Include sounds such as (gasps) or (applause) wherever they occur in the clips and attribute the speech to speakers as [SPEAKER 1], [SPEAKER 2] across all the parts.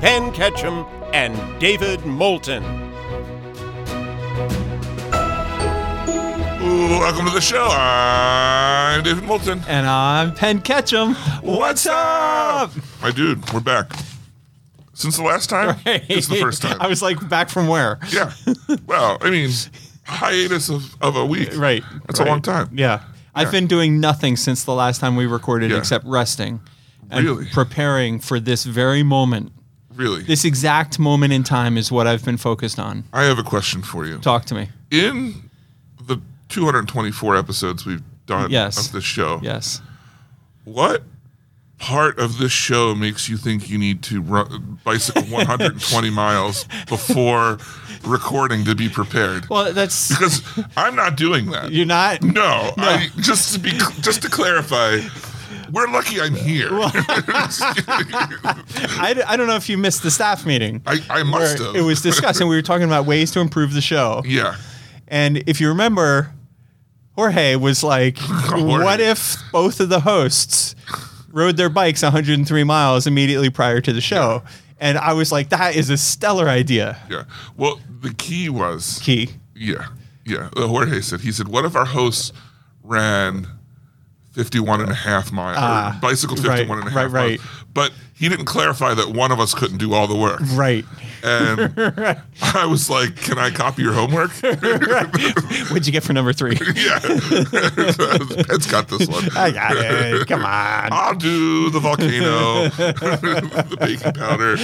[SPEAKER 1] Penn Ketchum and David Moulton.
[SPEAKER 2] Ooh, welcome to the show. I'm David Moulton.
[SPEAKER 3] And I'm Penn Ketchum. What's up?
[SPEAKER 2] My dude, we're back. Since the last time? Since the first time.
[SPEAKER 3] (laughs) I was like back from where?
[SPEAKER 2] yeah. Well, I mean, hiatus of, of a week.
[SPEAKER 3] Right.
[SPEAKER 2] That's
[SPEAKER 3] right.
[SPEAKER 2] a long time.
[SPEAKER 3] Yeah. I've been doing nothing since the last time we recorded
[SPEAKER 2] Yeah.
[SPEAKER 3] except resting and
[SPEAKER 2] Really?
[SPEAKER 3] preparing for this very moment.
[SPEAKER 2] Really.
[SPEAKER 3] This exact moment in time is what I've been focused on.
[SPEAKER 2] I have a question for you.
[SPEAKER 3] Talk to me.
[SPEAKER 2] In the 224 episodes we've done
[SPEAKER 3] Yes.
[SPEAKER 2] of this show,
[SPEAKER 3] Yes.
[SPEAKER 2] what part of this show makes you think you need to run,
[SPEAKER 3] (laughs)
[SPEAKER 2] bicycle 120 miles before recording to be prepared?
[SPEAKER 3] Well, that's
[SPEAKER 2] Because I'm not doing that.
[SPEAKER 3] (laughs) you're not
[SPEAKER 2] No, I, just to be just to clarify, we're lucky I'm here.
[SPEAKER 3] I, d- I don't know if you missed the staff meeting.
[SPEAKER 2] I, I must
[SPEAKER 3] where
[SPEAKER 2] have.
[SPEAKER 3] It was discussed and we were talking about ways to improve the show.
[SPEAKER 2] (laughs) yeah,
[SPEAKER 3] And if you remember, Jorge was like,
[SPEAKER 2] Jorge.
[SPEAKER 3] what if both of the hosts rode their bikes 103 miles immediately prior to the show? And I was like, that is a stellar idea,
[SPEAKER 2] yeah. Well, the key was
[SPEAKER 3] Key.
[SPEAKER 2] yeah, yeah. Uh, Jorge said he said one of our hosts ran 51 and a half miles,
[SPEAKER 3] Ah,
[SPEAKER 2] bicycled
[SPEAKER 3] right,
[SPEAKER 2] 51 and a half
[SPEAKER 3] right, right.
[SPEAKER 2] miles. But he didn't clarify that one of us couldn't do all the work.
[SPEAKER 3] Right. (laughs)
[SPEAKER 2] And I was like, can I copy your homework? (laughs)
[SPEAKER 3] What'd you get for number three?
[SPEAKER 2] yeah. Ed's got this one.
[SPEAKER 3] I got it. Come on.
[SPEAKER 2] (laughs) I'll do the volcano, (laughs) the baking powder.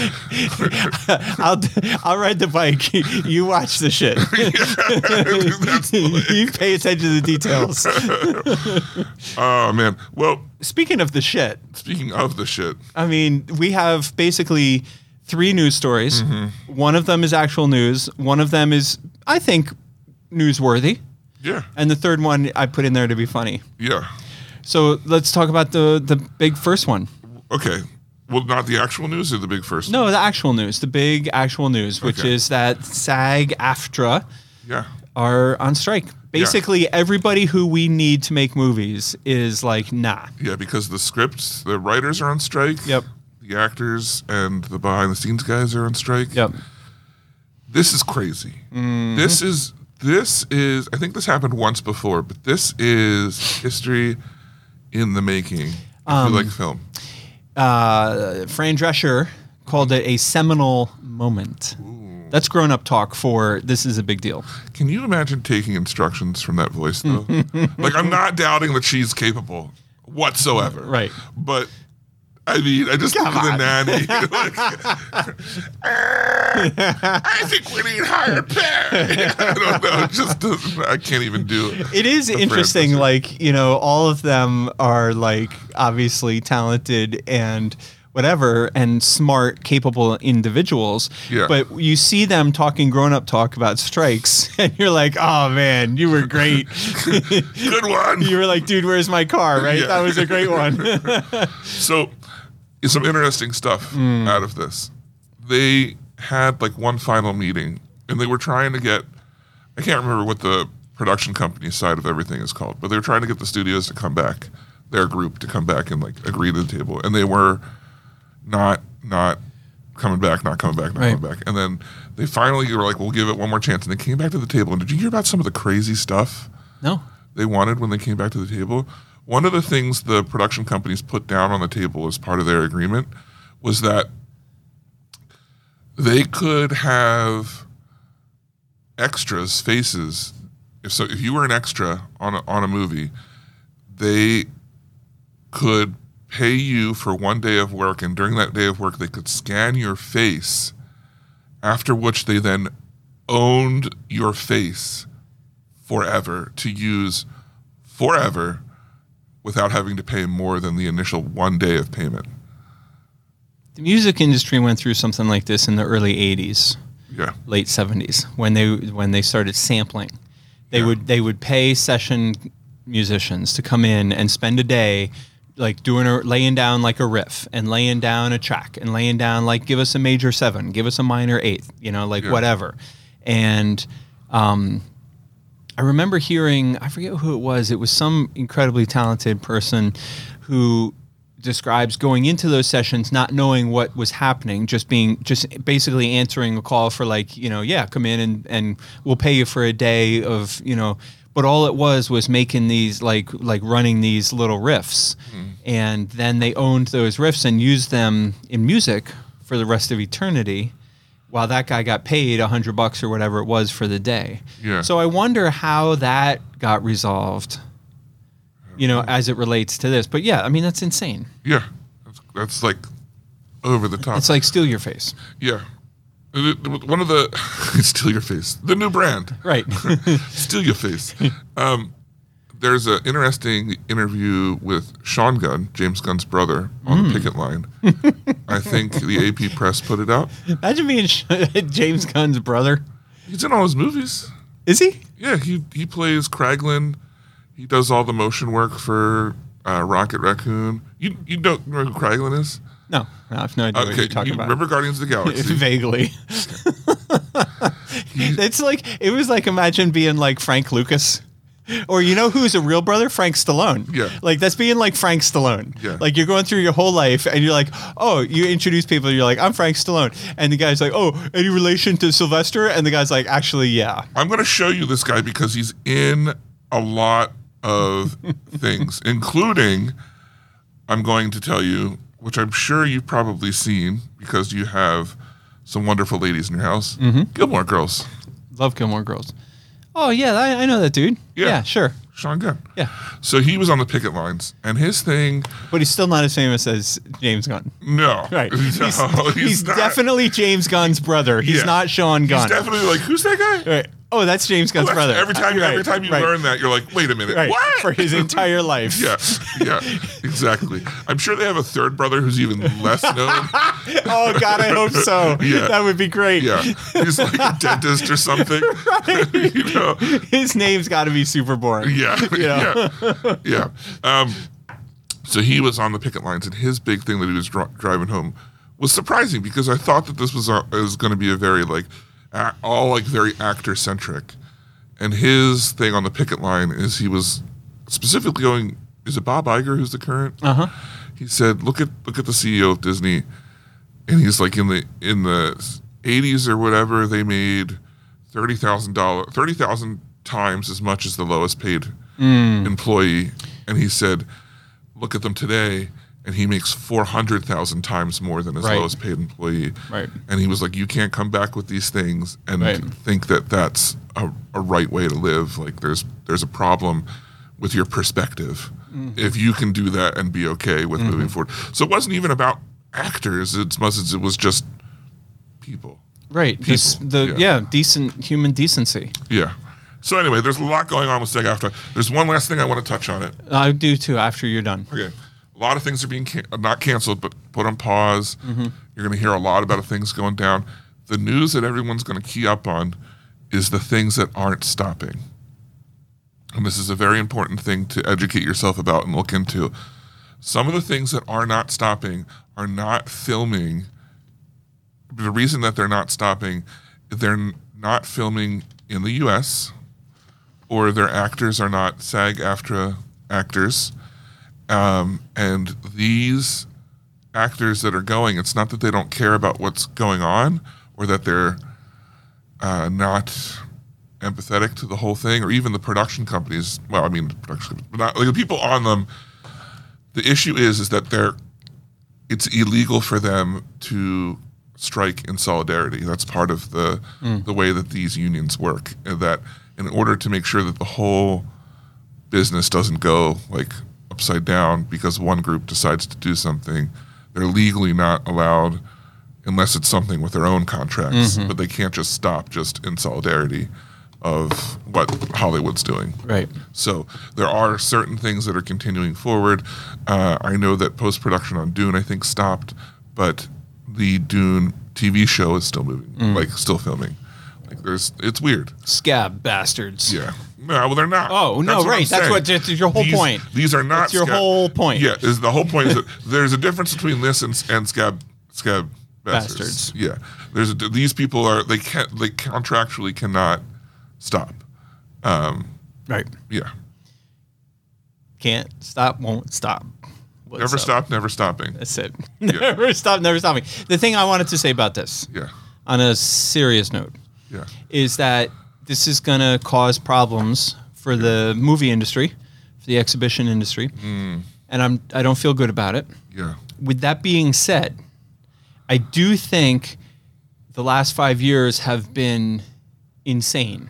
[SPEAKER 2] (laughs)
[SPEAKER 3] I'll, I'll ride the bike. You watch the shit.
[SPEAKER 2] That's the-
[SPEAKER 3] (laughs) you pay attention to the details.
[SPEAKER 2] oh man. Well,
[SPEAKER 3] Speaking of the shit,
[SPEAKER 2] speaking of the shit,
[SPEAKER 3] I mean, we have basically three news stories. One of them is actual news. One of them is, I think, newsworthy.
[SPEAKER 2] yeah,
[SPEAKER 3] And the third one I put in there to be funny.
[SPEAKER 2] yeah.
[SPEAKER 3] So let's talk about the the big first one.
[SPEAKER 2] Okay. Well, not the actual news or the big first.
[SPEAKER 3] No, the actual news, the big actual news, which
[SPEAKER 2] Okay.
[SPEAKER 3] is that SAG-AFTRA
[SPEAKER 2] Yeah.
[SPEAKER 3] are on strike. Basically, everybody who we need to make movies is like, nah.
[SPEAKER 2] Yeah, because the scripts, the writers are on strike.
[SPEAKER 3] Yep.
[SPEAKER 2] The actors and the behind the scenes guys are on strike.
[SPEAKER 3] Yep. Mm-hmm.
[SPEAKER 2] This is crazy. This is this is I think this happened once before, but this is history in the making. If
[SPEAKER 3] Um,
[SPEAKER 2] you like film.
[SPEAKER 3] uh, Fran Drescher called it a seminal moment. That's grown up talk for this is a big deal.
[SPEAKER 2] Can you imagine taking instructions from that voice
[SPEAKER 3] (laughs)
[SPEAKER 2] though? like I'm not doubting that she's capable whatsoever.
[SPEAKER 3] Right.
[SPEAKER 2] But I mean, I just look at the
[SPEAKER 3] (laughs)
[SPEAKER 2] nanny. (laughs) like, "Ah, I think we need higher pay. (laughs) I don't know. it Just doesn't- I can't even do it.
[SPEAKER 3] It is
[SPEAKER 2] The Fran
[SPEAKER 3] interesting,
[SPEAKER 2] Drescher.
[SPEAKER 3] like, you know, all of them are like obviously talented and whatever and smart, capable individuals.
[SPEAKER 2] Yeah.
[SPEAKER 3] But you see them talking grown up talk about strikes, (laughs) and you're like, oh man, you
[SPEAKER 2] (laughs)
[SPEAKER 3] were great.
[SPEAKER 2] Good one.
[SPEAKER 3] you were like, dude, where's my car, right?
[SPEAKER 2] Yeah.
[SPEAKER 3] That was a great one.
[SPEAKER 2] (laughs)
[SPEAKER 3] (laughs)
[SPEAKER 2] So, some interesting stuff out of this. They had like one final meeting, and they were trying to get. I can't remember what the production company side of everything is called, but they were trying to get the studios to come back, their group to come back and like agree to the table, and they were not not coming back, not coming back, not
[SPEAKER 3] Right.
[SPEAKER 2] coming back, and then they finally were like, "We'll give it one more chance," and they came back to the table. And did you hear about some of the crazy stuff?
[SPEAKER 3] no.
[SPEAKER 2] they wanted when they came back to the table. One of the things the production companies put down on the table as part of their agreement was that they could have extras faces. If so, if you were an extra on a, on a movie, they could pay you for one day of work, and during that day of work, they could scan your face. After which, they then owned your face forever to use forever without having to pay more than the initial one day of payment.
[SPEAKER 3] the music industry went through something like this in the early 80s
[SPEAKER 2] Yeah.
[SPEAKER 3] late 70s when they when they started sampling they would they would pay session musicians to come in and spend a day like doing a laying down like a riff and laying down a track and laying down like give us a major seven give us a minor eighth you know like whatever and um I remember hearing, I forget who it was, it was some incredibly talented person who describes going into those sessions not knowing what was happening, just being, just basically answering a call for like, you know, yeah, come in and, and we'll pay you for a day of, you know, but all it was was making these like like running these little riffs and then they owned those riffs and used them in music for the rest of eternity while that guy got paid a hundred bucks or whatever it was for the day.
[SPEAKER 2] Yeah.
[SPEAKER 3] So I wonder how that got resolved. You know, as it relates to this, but yeah, I mean that's insane.
[SPEAKER 2] Yeah. That's, that's like over the top.
[SPEAKER 3] It's like steal your face,
[SPEAKER 2] yeah. It- it- One of the (laughs) steal your face. The new
[SPEAKER 3] (laughs)
[SPEAKER 2] brand.
[SPEAKER 3] right?
[SPEAKER 2] Steal your face. um, there's an interesting interview with Sean Gunn, James Gunn's brother, on
[SPEAKER 3] Hmm.
[SPEAKER 2] the picket
[SPEAKER 3] (laughs)
[SPEAKER 2] line. I think the AP Press put it out.
[SPEAKER 3] Imagine being Sh- (laughs) James Gunn's brother.
[SPEAKER 2] He's in all his movies.
[SPEAKER 3] Is he?
[SPEAKER 2] Yeah, he he plays Kraglin. He does all the motion work for uh, Rocket Raccoon. You you don't know who Kraglin is?
[SPEAKER 3] No, no I have no idea what
[SPEAKER 2] Okay,
[SPEAKER 3] you're talking
[SPEAKER 2] you
[SPEAKER 3] about.
[SPEAKER 2] remember Guardians of the (laughs)
[SPEAKER 3] (laughs)
[SPEAKER 2] Galaxy?
[SPEAKER 3] Vaguely, it's like it was like imagine being like Frank Lucas, or you know who's a real brother? Frank Stallone.
[SPEAKER 2] Yeah.
[SPEAKER 3] like that's being like Frank Stallone.
[SPEAKER 2] Yeah.
[SPEAKER 3] like you're going through your whole life and you're like, oh, you introduce people, you're like, I'm Frank Stallone, and the guy's like, oh, any relation to Sylvester? And the guy's like, actually, yeah.
[SPEAKER 2] I'm going to show you this guy because he's in a lot
[SPEAKER 3] (laughs)
[SPEAKER 2] of things, including I'm going to tell you, which I'm sure you've probably seen because you have some wonderful ladies in your house.
[SPEAKER 3] Mm-hmm.
[SPEAKER 2] Gilmore Girls,
[SPEAKER 3] Love Gilmore Girls. Oh yeah, I, I know that dude.
[SPEAKER 2] Yeah.
[SPEAKER 3] sure.
[SPEAKER 2] Sean Gunn.
[SPEAKER 3] Yeah,
[SPEAKER 2] So he was on the picket lines, and his thing.
[SPEAKER 3] but he's still not as famous as James Gunn.
[SPEAKER 2] No, (laughs)
[SPEAKER 3] Right.
[SPEAKER 2] No,
[SPEAKER 3] he's
[SPEAKER 2] he's,
[SPEAKER 3] he's
[SPEAKER 2] not.
[SPEAKER 3] definitely James Gunn's brother. He's
[SPEAKER 2] Yeah.
[SPEAKER 3] not Sean Gunn.
[SPEAKER 2] He's definitely like, who's that guy?
[SPEAKER 3] right. Oh, that's James Gunn's
[SPEAKER 2] That's-
[SPEAKER 3] brother.
[SPEAKER 2] Every time,
[SPEAKER 3] Right,
[SPEAKER 2] every time you
[SPEAKER 3] right,
[SPEAKER 2] learn that, you're like, wait a minute,
[SPEAKER 3] right.
[SPEAKER 2] what?
[SPEAKER 3] for his entire
[SPEAKER 2] (laughs)
[SPEAKER 3] life.
[SPEAKER 2] yeah, yeah, exactly. I'm sure they have a third brother who's even less known.
[SPEAKER 3] (laughs) Oh God, I hope so.
[SPEAKER 2] Yeah.
[SPEAKER 3] That would be great.
[SPEAKER 2] Yeah, he's like a dentist or something. (laughs) you know?
[SPEAKER 3] (laughs) His name's got to be super boring.
[SPEAKER 2] (laughs) Yeah,
[SPEAKER 3] Yeah.
[SPEAKER 2] yeah, yeah. Um, so he was on the picket lines, and his big thing that he was dri- driving home was surprising because I thought that this was a, was going to be a very like a- all like very actor centric, and his thing on the picket line is he was specifically going. Is it Bob Iger who's the current? Uh huh. He said, "Look at look at the CEO of Disney." and he's like in the in the 80s or whatever they made thirty thousand dollar thirty thousand times as much as the lowest paid
[SPEAKER 3] Mm.
[SPEAKER 2] employee, and he said, look at them today, and he makes four hundred thousand times more than his
[SPEAKER 3] Right.
[SPEAKER 2] lowest paid employee,
[SPEAKER 3] Right.
[SPEAKER 2] And he was like, you can't come back with these things and
[SPEAKER 3] Right.
[SPEAKER 2] think that that's a, a right way to live. Like there's there's a problem with your perspective if you can do that and be okay with moving forward. So it wasn't even about actors as much as it was just people.
[SPEAKER 3] Right. This, the
[SPEAKER 2] Yeah.
[SPEAKER 3] yeah. decent human decency.
[SPEAKER 2] Yeah. So anyway, there's a lot going on with Seg After. There's one last thing I want to touch on it.
[SPEAKER 3] I do too. After you're done.
[SPEAKER 2] Okay. A lot of things are being can- not canceled, but put on pause. You're going to hear a lot about things going down. The news that everyone's going to key up on is the things that aren't stopping. And this is a very important thing to educate yourself about and look into. Some of the things that are not stopping are not filming. The reason that they're not stopping, they're n- not filming in the US or their actors are not SAG AFTRA actors. Um, and these actors that are going, it's not that they don't care about what's going on or that they're uh, not empathetic to the whole thing or even the production companies. Well, I mean, the production, companies, but not, like the people on them. The issue is, is that they're it's illegal for them to strike in solidarity. That's part of the the way that these unions work. And that in order to make sure that the whole business doesn't go like upside down because one group decides to do something, they're legally not allowed unless it's something with their own contracts. But they can't just stop just in solidarity of what Hollywood's doing.
[SPEAKER 3] Right.
[SPEAKER 2] So there are certain things that are continuing forward. Uh, I know that post production on Dune, I think, stopped, but the Dune TV show is still moving,
[SPEAKER 3] Mm.
[SPEAKER 2] like still filming. Like there's, it's weird.
[SPEAKER 3] Scab bastards.
[SPEAKER 2] Yeah. No, well, they're not.
[SPEAKER 3] Oh, no,
[SPEAKER 2] I'm
[SPEAKER 3] right. That's
[SPEAKER 2] saying.
[SPEAKER 3] what- that's your whole
[SPEAKER 2] These-
[SPEAKER 3] point.
[SPEAKER 2] These are not
[SPEAKER 3] That's your whole point.
[SPEAKER 2] Yeah, is the whole point is
[SPEAKER 3] (laughs)
[SPEAKER 2] that there's a difference between this and and scab scab bastards.
[SPEAKER 3] Bastards.
[SPEAKER 2] Yeah, there's a, these people are they can't they contractually cannot stop. Um,
[SPEAKER 3] Right.
[SPEAKER 2] yeah,
[SPEAKER 3] Can't stop, won't stop. What's
[SPEAKER 2] never
[SPEAKER 3] up?
[SPEAKER 2] stop, never stopping.
[SPEAKER 3] That's it. (laughs) never stop, never stopping. The thing I wanted to say about this,
[SPEAKER 2] Yeah,
[SPEAKER 3] on a serious note,
[SPEAKER 2] yeah,
[SPEAKER 3] is that this is going to cause problems for the movie industry, for the exhibition industry, and I'm I don't feel good about it.
[SPEAKER 2] yeah.
[SPEAKER 3] With that being said, I do think the last five years have been insane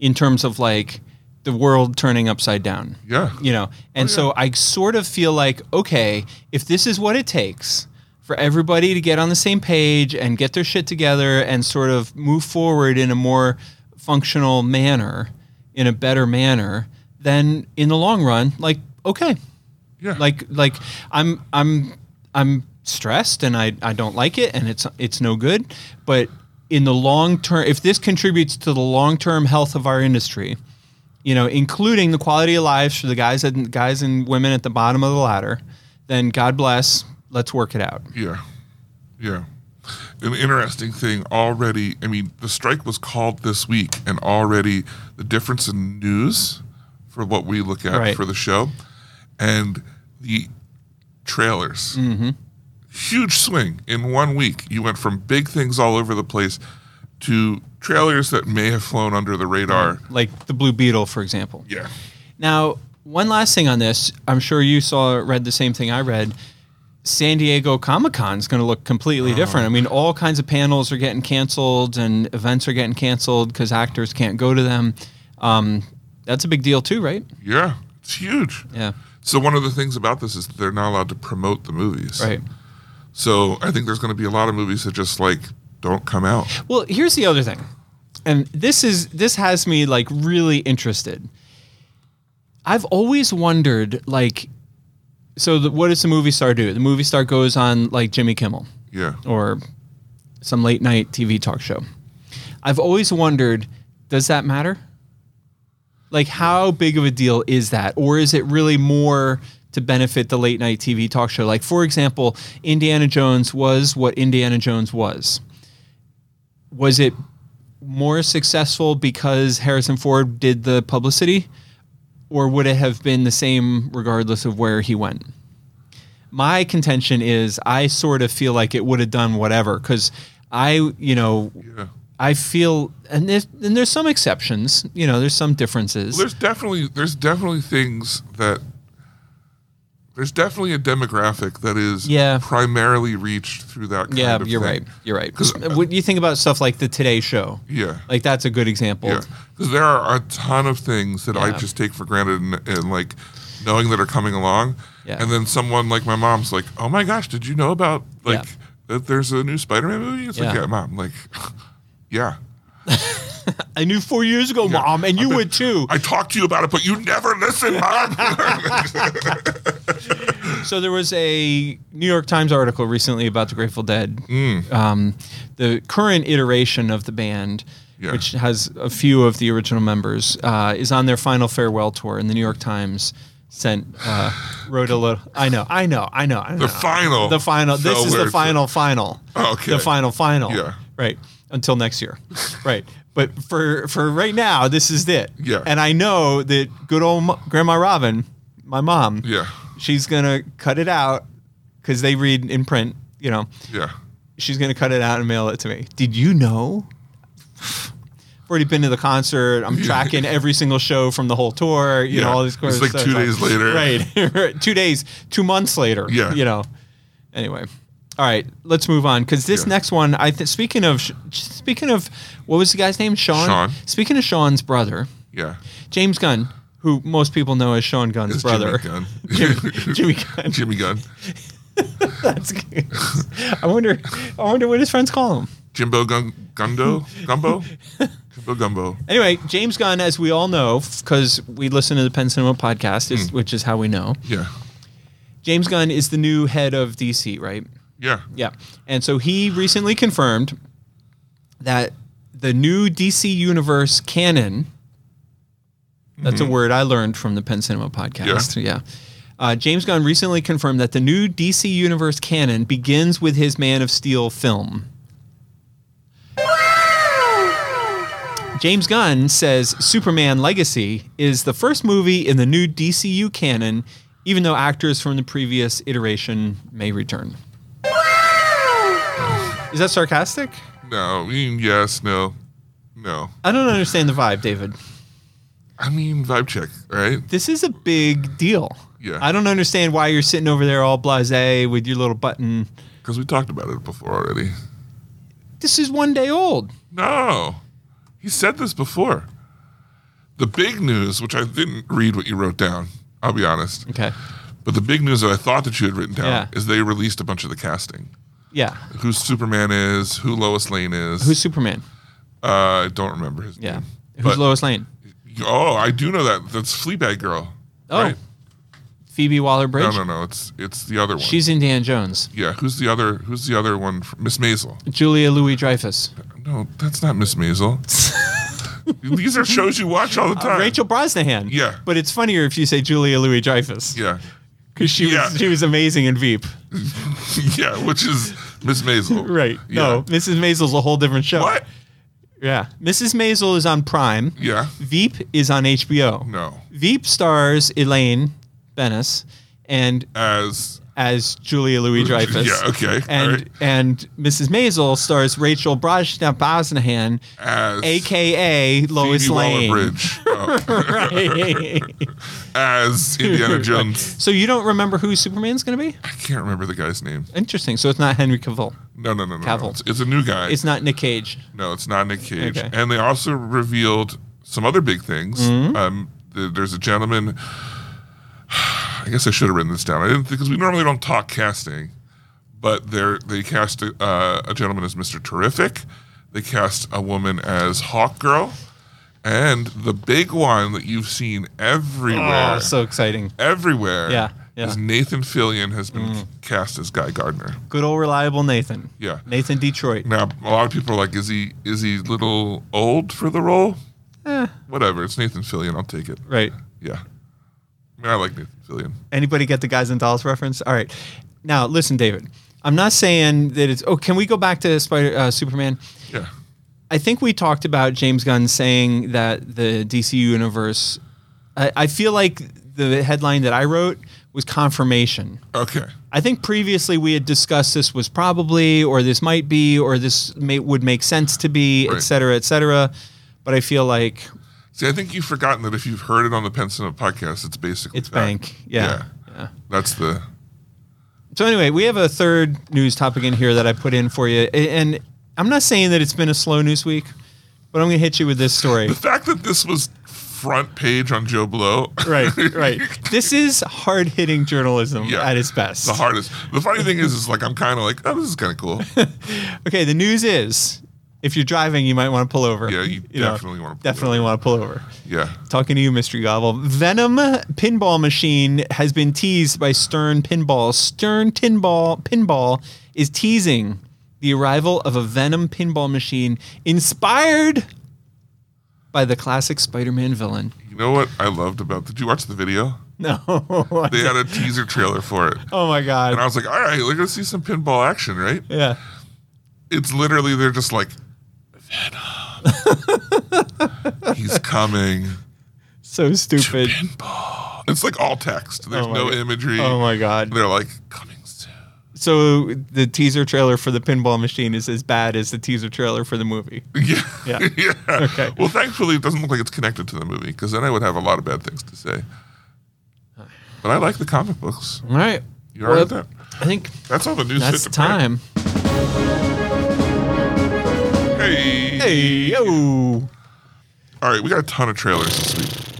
[SPEAKER 3] in terms of like the world turning upside down.
[SPEAKER 2] Yeah.
[SPEAKER 3] You know, and so I sort of feel like, okay, if this is what it takes for everybody to get on the same page and get their shit together and sort of move forward in a more functional manner, in a better manner, then in the long run, like, okay,
[SPEAKER 2] Yeah.
[SPEAKER 3] like like i'm i'm i'm stressed and i i don't like it and it's it's no good but in the long term if this contributes to the long term health of our industry you know including the quality of lives for the guys and guys and women at the bottom of the ladder then god bless let's work it out
[SPEAKER 2] Yeah. Yeah. An interesting thing already. I mean, the strike was called this week, and already the difference in news for what we look at
[SPEAKER 3] Right.
[SPEAKER 2] for the show and the trailers. Mm-hmm. Huge swing in one week. You went from big things all over the place to trailers that may have flown under the radar.
[SPEAKER 3] like the blue beetle for example
[SPEAKER 2] Yeah.
[SPEAKER 3] Now, one last thing on this. I'm sure you saw read the same thing I read. San Diego Comic Con is going to look completely different. I mean, all kinds of panels are getting canceled and events are getting canceled because actors can't go to them. Um, that's a big deal too, right?
[SPEAKER 2] Yeah. It's huge.
[SPEAKER 3] Yeah,
[SPEAKER 2] So, one of the things about this is they're not allowed to promote the movies.
[SPEAKER 3] right.
[SPEAKER 2] So I think there's going to be a lot of movies that just like don't come out.
[SPEAKER 3] Well, here's the other thing, and this is this has me like really interested. I've always wondered, like, so the, what does the movie star do? The movie star goes on like Jimmy Kimmel,
[SPEAKER 2] Yeah.
[SPEAKER 3] or some late night TV talk show. I've always wondered, does that matter? Like, how big of a deal is that? Or is it really more to benefit the late night TV talk show? Like, for example, Indiana Jones was what Indiana Jones was. Was it more successful because Harrison Ford did the publicity? Or would it have been the same regardless of where he went? my contention is I sort of feel like it would have done whatever because I, you know,
[SPEAKER 2] Yeah.
[SPEAKER 3] I feel, and there's, and there's some exceptions, you know, there's some differences.
[SPEAKER 2] There's definitely there's definitely things that there's definitely a demographic that is
[SPEAKER 3] Yeah.
[SPEAKER 2] primarily reached through that kind
[SPEAKER 3] yeah,
[SPEAKER 2] of
[SPEAKER 3] you're
[SPEAKER 2] thing.
[SPEAKER 3] right. You're right.
[SPEAKER 2] 'Cause, uh,
[SPEAKER 3] What do you think about stuff like the Today Show?
[SPEAKER 2] Yeah.
[SPEAKER 3] Like that's a good example.
[SPEAKER 2] yeah. Cuz there are a ton of things that I
[SPEAKER 3] Yeah.
[SPEAKER 2] just take for granted and, and like knowing that are coming along.
[SPEAKER 3] Yeah.
[SPEAKER 2] And then someone like my mom's like, "Oh my gosh, did you know about like
[SPEAKER 3] Yeah.
[SPEAKER 2] that there's a new Spider-Man movie?" It's like,
[SPEAKER 3] Yeah.
[SPEAKER 2] "Yeah, mom." Like, (laughs) "Yeah."
[SPEAKER 3] I knew four years ago, mom, and you would too.
[SPEAKER 2] I talked to you about it, but you never listen,
[SPEAKER 3] (laughs)
[SPEAKER 2] mom.
[SPEAKER 3] So there was a New York Times article recently about the Grateful Dead,
[SPEAKER 2] Mm.
[SPEAKER 3] um, the current iteration of the band,
[SPEAKER 2] Yeah.
[SPEAKER 3] which has a few of the original members, uh, is on their final farewell tour, and the New York Times sent uh, (sighs) wrote a little. I know, I know, I know. I know.
[SPEAKER 2] The final
[SPEAKER 3] the final. This is the
[SPEAKER 2] farewell
[SPEAKER 3] final, final.
[SPEAKER 2] Okay.
[SPEAKER 3] The final, final.
[SPEAKER 2] Yeah.
[SPEAKER 3] Right. Until next year. right. But for for right now, this is it.
[SPEAKER 2] Yeah.
[SPEAKER 3] And I know that good old Mo- Grandma Robin, my mom
[SPEAKER 2] yeah,
[SPEAKER 3] she's gonna cut it out because they read in print you know
[SPEAKER 2] yeah.
[SPEAKER 3] she's gonna cut it out and mail it to me did you know I've already been to the concert
[SPEAKER 2] (laughs)
[SPEAKER 3] i'm tracking every single show from the whole tour you know
[SPEAKER 2] Yeah.
[SPEAKER 3] all this
[SPEAKER 2] It's
[SPEAKER 3] course
[SPEAKER 2] like
[SPEAKER 3] stuff.
[SPEAKER 2] two days later.
[SPEAKER 3] right (laughs) Right. two days two months later
[SPEAKER 2] Yeah.
[SPEAKER 3] you know anyway all right let's move on because this
[SPEAKER 2] Yeah.
[SPEAKER 3] next one i th- speaking of sh- speaking of what was the guy's name sean
[SPEAKER 2] Sean.
[SPEAKER 3] speaking of sean's brother
[SPEAKER 2] Yeah.
[SPEAKER 3] james gunn who most people know as sean gunn's
[SPEAKER 2] It's
[SPEAKER 3] brother
[SPEAKER 2] Jimmy Gunn.
[SPEAKER 3] (laughs)
[SPEAKER 2] (laughs)
[SPEAKER 3] Jim- Jimmy Gunn.
[SPEAKER 2] Jimmy Gunn.
[SPEAKER 3] (laughs) That's good. I wonder. I wonder what his friends call him.
[SPEAKER 2] Jimbo Gun Gundo?
[SPEAKER 3] (laughs)
[SPEAKER 2] Gumbo? Jimbo Gumbo.
[SPEAKER 3] Anyway, James Gunn, as we all know, because we listen to the Penn Cinema podcast, is, which is how we know.
[SPEAKER 2] Yeah.
[SPEAKER 3] James Gunn is the new head of DC, right?
[SPEAKER 2] Yeah.
[SPEAKER 3] Yeah. And so he recently confirmed that the new DC Universe canon, that's a word I learned from the Penn Cinema podcast. Yeah. Uh, James Gunn recently confirmed that the new DC Universe canon begins with his Man of Steel film. James Gunn says Superman Legacy is the first movie in the new DCU canon, even though actors from the previous iteration may return. Is that sarcastic?
[SPEAKER 2] No. I mean, yes. No. No.
[SPEAKER 3] I don't understand the vibe, David.
[SPEAKER 2] I mean, vibe check, right?
[SPEAKER 3] This is a big deal.
[SPEAKER 2] Yeah.
[SPEAKER 3] I don't understand why you're sitting over there all blasé with your little button.
[SPEAKER 2] Because we talked about it before already.
[SPEAKER 3] This is one day old.
[SPEAKER 2] No. He said this before. The big news, which I didn't read what you wrote down, I'll be honest.
[SPEAKER 3] Okay.
[SPEAKER 2] But the big news that I thought that you had written down
[SPEAKER 3] Yeah.
[SPEAKER 2] is they released a bunch of the casting.
[SPEAKER 3] Yeah.
[SPEAKER 2] Who Superman is, who Lois Lane is.
[SPEAKER 3] Who's Superman?
[SPEAKER 2] uh, I don't remember his
[SPEAKER 3] Yeah.
[SPEAKER 2] name.
[SPEAKER 3] Who's
[SPEAKER 2] But-
[SPEAKER 3] Lois Lane?
[SPEAKER 2] Oh, I do know that. That's Fleabag Girl.
[SPEAKER 3] Oh.
[SPEAKER 2] right?
[SPEAKER 3] Phoebe Waller-Bridge.
[SPEAKER 2] No, no, no. It's it's the other one.
[SPEAKER 3] She's Indiana Jones.
[SPEAKER 2] yeah. Who's the other? Who's the other one? from- Miss Maisel.
[SPEAKER 3] Julia Louis-Dreyfus.
[SPEAKER 2] No, that's not Miss
[SPEAKER 3] (laughs)
[SPEAKER 2] Maisel. These are shows you watch all the time.
[SPEAKER 3] Uh, Rachel Brosnahan.
[SPEAKER 2] Yeah.
[SPEAKER 3] But it's funnier if you say Julia Louis-Dreyfus.
[SPEAKER 2] Yeah. (laughs)
[SPEAKER 3] Because she,
[SPEAKER 2] Yeah.
[SPEAKER 3] was, she was amazing in Veep.
[SPEAKER 2] yeah, which is Miss Maisel.
[SPEAKER 3] (laughs) Right. No,
[SPEAKER 2] Yeah.
[SPEAKER 3] Mrs. Maisel's a whole different show.
[SPEAKER 2] What?
[SPEAKER 3] Yeah. Mrs. Maisel is on Prime.
[SPEAKER 2] Yeah.
[SPEAKER 3] Veep is on HBO.
[SPEAKER 2] No.
[SPEAKER 3] Veep stars Elaine Bennis and
[SPEAKER 2] As
[SPEAKER 3] as Julia Louis
[SPEAKER 2] (laughs)
[SPEAKER 3] Dreyfus.
[SPEAKER 2] Yeah, okay,
[SPEAKER 3] And
[SPEAKER 2] alright.
[SPEAKER 3] and Mrs. Maisel stars Rachel Brosna- Brosnahan,
[SPEAKER 2] as
[SPEAKER 3] aka Lois
[SPEAKER 2] Phoebe
[SPEAKER 3] Lane. (laughs)
[SPEAKER 2] Waller-Bridge. Oh,
[SPEAKER 3] Right.
[SPEAKER 2] as
[SPEAKER 3] (laughs)
[SPEAKER 2] Indiana Jones.
[SPEAKER 3] so you don't remember who Superman's going to be?
[SPEAKER 2] I can't remember the guy's name.
[SPEAKER 3] Interesting. So it's not Henry Cavill.
[SPEAKER 2] No, no, no, no. no.
[SPEAKER 3] Cavill.
[SPEAKER 2] It's, it's a new guy.
[SPEAKER 3] It's not Nick Cage.
[SPEAKER 2] no, it's not Nick Cage.
[SPEAKER 3] Okay.
[SPEAKER 2] And they also revealed some other big things.
[SPEAKER 3] Mm-hmm.
[SPEAKER 2] Um, th- there's a gentleman. (sighs) I guess I should have written this down. I didn't because we normally don't talk casting, but they they cast a, uh, a gentleman as Mister Terrific. They cast a woman as Hawk Girl, and the big one that you've seen everywhere,
[SPEAKER 3] Oh, so exciting.
[SPEAKER 2] everywhere,
[SPEAKER 3] Yeah, yeah. Mm-hmm.
[SPEAKER 2] is Nathan Fillion has been cast as Guy Gardner.
[SPEAKER 3] Good old reliable Nathan.
[SPEAKER 2] Yeah.
[SPEAKER 3] Nathan Detroit.
[SPEAKER 2] Now, a lot of people are like, "Is he is he little old for the role?"
[SPEAKER 3] Eh.
[SPEAKER 2] Whatever. It's Nathan Fillion. I'll take it.
[SPEAKER 3] Right.
[SPEAKER 2] Yeah. I mean, I like Nathan Fillion.
[SPEAKER 3] Anybody get the guys and dolls reference? All right. Now listen, David. I'm not saying that it's. Oh, can we go back to Spider uh, Superman?
[SPEAKER 2] Yeah.
[SPEAKER 3] I think we talked about James Gunn saying that the DC universe. I, I feel like the headline that I wrote was confirmation.
[SPEAKER 2] Okay.
[SPEAKER 3] I think previously we had discussed this was probably, or this might be, or this may, would make sense to be, et
[SPEAKER 2] Right.
[SPEAKER 3] cetera, et cetera. But I feel like
[SPEAKER 2] See, I think you've forgotten that if you've heard it on the Penson podcast, it's basically
[SPEAKER 3] it's
[SPEAKER 2] that.
[SPEAKER 3] bank. Yeah. yeah.
[SPEAKER 2] That's the
[SPEAKER 3] So anyway, we have a third news topic in here that I put in for you, A- and I'm not saying that it's been a slow news week, but I'm going to hit you with
[SPEAKER 2] (laughs)
[SPEAKER 3] this story.
[SPEAKER 2] the fact that this was front page on Joe Blow. (laughs)
[SPEAKER 3] right, right. This is hard hitting journalism
[SPEAKER 2] Yeah.
[SPEAKER 3] at its best.
[SPEAKER 2] The hardest. The funny thing is, is like I'm kind of like, oh, this is kind of
[SPEAKER 3] (laughs)
[SPEAKER 2] cool.
[SPEAKER 3] okay, the news is if you're driving, you might want to pull over.
[SPEAKER 2] Yeah, you
[SPEAKER 3] know,
[SPEAKER 2] definitely wanna pull
[SPEAKER 3] definitely want to pull over.
[SPEAKER 2] Yeah.
[SPEAKER 3] Talking to you, Mystery Gobble. Venom pinball machine has been teased by Stern Pinball. Stern Pinball Pinball is teasing the arrival of a Venom pinball machine inspired by the classic Spider-Man villain. (laughs)
[SPEAKER 2] You know what I loved about? Did you watch the video?
[SPEAKER 3] No.
[SPEAKER 2] They had a teaser trailer for it,
[SPEAKER 3] oh my
[SPEAKER 2] and I
[SPEAKER 3] god.
[SPEAKER 2] was like, all right, we're gonna see some pinball action, right?
[SPEAKER 3] Yeah.
[SPEAKER 2] it's literally they're just like Venom. He's coming.
[SPEAKER 3] So stupid.
[SPEAKER 2] It's like all text. There's
[SPEAKER 3] Oh my
[SPEAKER 2] no
[SPEAKER 3] God.
[SPEAKER 2] imagery.
[SPEAKER 3] (laughs) Oh my god.
[SPEAKER 2] They're like coming soon. (laughs)
[SPEAKER 3] So the teaser trailer for the pinball machine is as bad as the teaser trailer for the movie.
[SPEAKER 2] Yeah.
[SPEAKER 3] Yeah.
[SPEAKER 2] (laughs) yeah.
[SPEAKER 3] Okay.
[SPEAKER 2] Well, thankfully, it doesn't look like it's connected to the movie because then I would have a lot of bad things to say. But I like the comic books.
[SPEAKER 3] All right.
[SPEAKER 2] You all right with that?
[SPEAKER 3] I think
[SPEAKER 2] That's all the news.
[SPEAKER 3] that's
[SPEAKER 2] fit to print.
[SPEAKER 3] time.
[SPEAKER 2] Hey.
[SPEAKER 3] Hey, yo.
[SPEAKER 2] All right, we got a ton of trailers this week.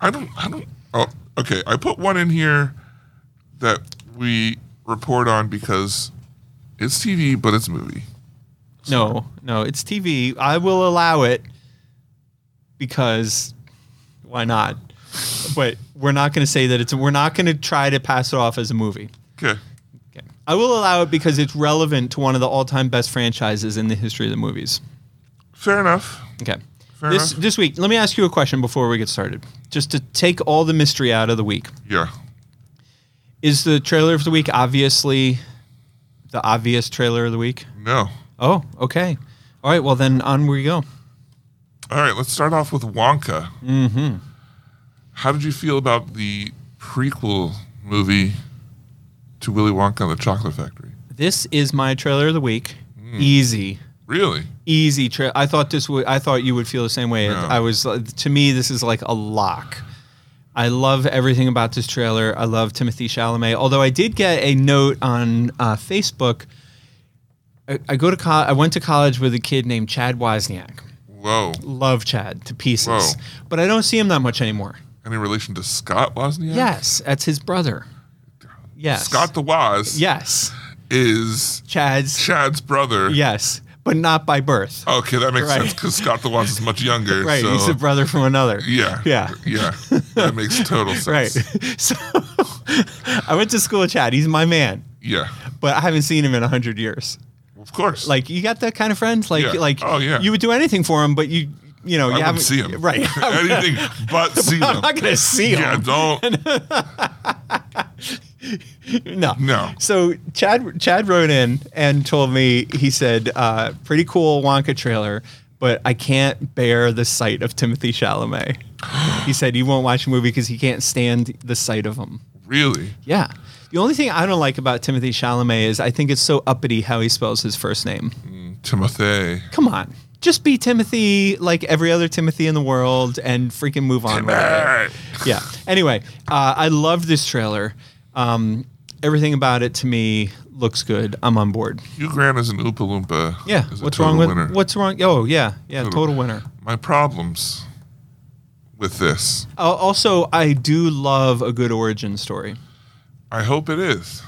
[SPEAKER 2] I don't, I don't. Oh, okay. I put one in here that we report on because it's TV, but it's movie.
[SPEAKER 3] No, no, it's TV. I will allow it because why not? But we're not going to say that it's, we're not going to try to pass it off as a movie.
[SPEAKER 2] Okay.
[SPEAKER 3] Okay. I will allow it because it's relevant to one of the all-time best franchises in the history of the movies.
[SPEAKER 2] Fair enough.
[SPEAKER 3] Okay.
[SPEAKER 2] Fair
[SPEAKER 3] this
[SPEAKER 2] enough.
[SPEAKER 3] this week, let me ask you a question before we get started, just to take all the mystery out of the week.
[SPEAKER 2] Yeah.
[SPEAKER 3] Is the trailer of the week obviously the obvious trailer of the week?
[SPEAKER 2] No.
[SPEAKER 3] Oh, okay. All right. Well, then on we go.
[SPEAKER 2] All right, let's start off with Wonka. Mm-hmm. How did you feel about the prequel movie to Willy Wonka and the Chocolate Factory?
[SPEAKER 3] This is my trailer of the week.
[SPEAKER 2] Mm.
[SPEAKER 3] Easy,
[SPEAKER 2] Really?
[SPEAKER 3] easy trailer. I thought this would. I thought you would feel the same way. I was. uh, To me, this is like a lock. I love everything about this trailer. I love Timothy Chalamet. Although I did get a note on uh, Facebook. I, I go to col- I went to college with a kid named Chad Wozniak.
[SPEAKER 2] Whoa.
[SPEAKER 3] Love Chad to pieces,
[SPEAKER 2] Whoa.
[SPEAKER 3] but I don't see him that much anymore.
[SPEAKER 2] Any relation to Scott Wozniak?
[SPEAKER 3] Yes, that's his brother. Yes,
[SPEAKER 2] Scott the Woz
[SPEAKER 3] Yes,
[SPEAKER 2] is
[SPEAKER 3] Chad's.
[SPEAKER 2] Chad's brother.
[SPEAKER 3] Yes, but not by birth.
[SPEAKER 2] Okay, that makes
[SPEAKER 3] Right.
[SPEAKER 2] sense because Scott the Woz is much younger.
[SPEAKER 3] Right,
[SPEAKER 2] So,
[SPEAKER 3] he's a brother from another.
[SPEAKER 2] yeah.
[SPEAKER 3] Yeah.
[SPEAKER 2] Yeah. That makes total
[SPEAKER 3] Right. (laughs)
[SPEAKER 2] sense.
[SPEAKER 3] So I went to school with Chad. He's my man,
[SPEAKER 2] Yeah.
[SPEAKER 3] but I haven't seen him in a hundred years.
[SPEAKER 2] Of course.
[SPEAKER 3] Like you got that kind of friends? Like
[SPEAKER 2] Yeah.
[SPEAKER 3] like
[SPEAKER 2] Oh, yeah.
[SPEAKER 3] you would do anything for him, but you you know,
[SPEAKER 2] I
[SPEAKER 3] you haven't
[SPEAKER 2] wouldn't see him.
[SPEAKER 3] (laughs) Right.
[SPEAKER 2] (laughs)
[SPEAKER 3] I'm
[SPEAKER 2] Anything
[SPEAKER 3] (laughs)
[SPEAKER 2] but see him.
[SPEAKER 3] not gonna see him.
[SPEAKER 2] yeah, don't.
[SPEAKER 3] (laughs) No.
[SPEAKER 2] No.
[SPEAKER 3] So Chad Chad wrote in and told me he said, uh, "Pretty cool Wonka trailer, but I can't bear the sight of
[SPEAKER 2] (gasps)
[SPEAKER 3] Timothy Chalamet." he said he won't watch a movie because he can't stand the sight of him.
[SPEAKER 2] Really?
[SPEAKER 3] Yeah. The only thing I don't like about Timothy Chalamet is I think it's so uppity how he spells his first name.
[SPEAKER 2] Mm. Timothy.
[SPEAKER 3] Come on. Just be Timothy like every other Timothy in the world and freaking move on with it
[SPEAKER 2] Timothy.
[SPEAKER 3] yeah. Anyway, uh, I love this trailer. Um, everything about it to me looks good. I'm on board.
[SPEAKER 2] Hugh Grant is an Oompa Loompa.
[SPEAKER 3] Yeah.
[SPEAKER 2] is a
[SPEAKER 3] What's
[SPEAKER 2] total
[SPEAKER 3] wrong with
[SPEAKER 2] winner.
[SPEAKER 3] what's wrong? Oh yeah, yeah. Total winner.
[SPEAKER 2] my problems with this?
[SPEAKER 3] Uh, also, I do love a good origin story.
[SPEAKER 2] I hope it is.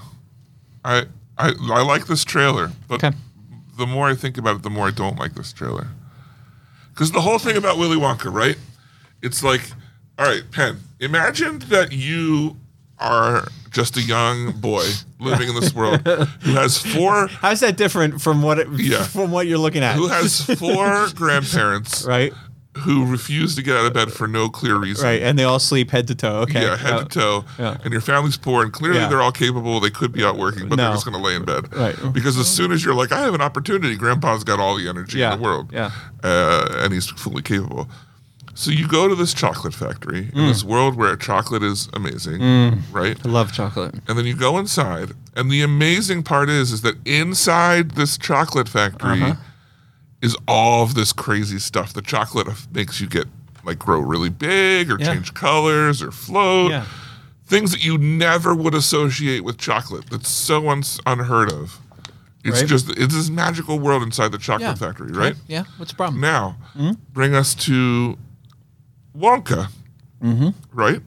[SPEAKER 2] I I I like this trailer, but
[SPEAKER 3] Okay.
[SPEAKER 2] the more I think about it, the more I don't like this trailer. Because the whole thing about Willy Wonka, right? It's like, all right, Penn, imagine that you are just a young
[SPEAKER 3] (laughs)
[SPEAKER 2] boy living in this world who has four
[SPEAKER 3] How's that different from what it,
[SPEAKER 2] Yeah.
[SPEAKER 3] (laughs) from what you're looking at?
[SPEAKER 2] who has
[SPEAKER 3] (laughs)
[SPEAKER 2] four grandparents
[SPEAKER 3] right.
[SPEAKER 2] who refuse to get out of bed for no clear reason.
[SPEAKER 3] Right, and they all sleep head to toe. Okay.
[SPEAKER 2] Yeah, head
[SPEAKER 3] Uh,
[SPEAKER 2] to toe.
[SPEAKER 3] yeah.
[SPEAKER 2] And your family's poor, and clearly
[SPEAKER 3] Yeah.
[SPEAKER 2] they're all capable. They could be out working, but
[SPEAKER 3] No.
[SPEAKER 2] they're just going to lay in bed.
[SPEAKER 3] Right.
[SPEAKER 2] Because as soon as you're like, I have an opportunity, Grandpa's got all the energy
[SPEAKER 3] Yeah.
[SPEAKER 2] in the world.
[SPEAKER 3] Yeah.
[SPEAKER 2] Uh, and he's fully capable. So you go to this chocolate factory in
[SPEAKER 3] Mm.
[SPEAKER 2] this world where chocolate is amazing, right?
[SPEAKER 3] I love chocolate.
[SPEAKER 2] And then you go inside, and the amazing part is, is that inside this chocolate factory
[SPEAKER 3] Uh-huh.
[SPEAKER 2] is all of this crazy stuff. The chocolate f- makes you get like grow really big, or
[SPEAKER 3] Yeah.
[SPEAKER 2] change colors, or float.
[SPEAKER 3] Yeah.
[SPEAKER 2] Things that you never would associate with chocolate. That's so uns unheard of. It's
[SPEAKER 3] Right.
[SPEAKER 2] just it's this magical world inside the chocolate
[SPEAKER 3] Yeah. Hmm?
[SPEAKER 2] factory, right?
[SPEAKER 3] Yeah. What's the problem?
[SPEAKER 2] Now, bring us to Wonka,
[SPEAKER 3] Mm-hmm.
[SPEAKER 2] right?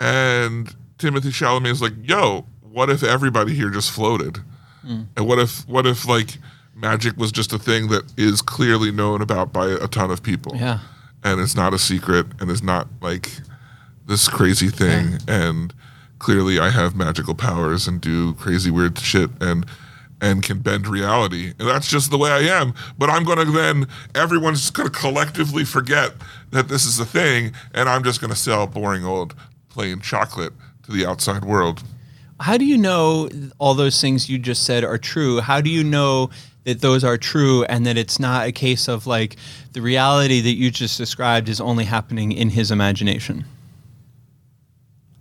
[SPEAKER 2] And Timothy Chalamet is like, "Yo, what if everybody here just floated?
[SPEAKER 3] Hmm.
[SPEAKER 2] And what if what if like magic was just a thing that is clearly known about by a ton of people?
[SPEAKER 3] Yeah.
[SPEAKER 2] and it's not a secret, and it's not like this crazy thing, and clearly I have magical powers and do crazy weird shit and." And can bend reality, and that's just the way I am. But I'm gonna then everyone's just gonna collectively forget that this is a thing, and I'm just gonna sell boring old plain chocolate to the outside world.
[SPEAKER 3] How do you know all those things you just said are true? How do you know that those are true and that it's not a case of like the reality that you just described is only happening in his imagination?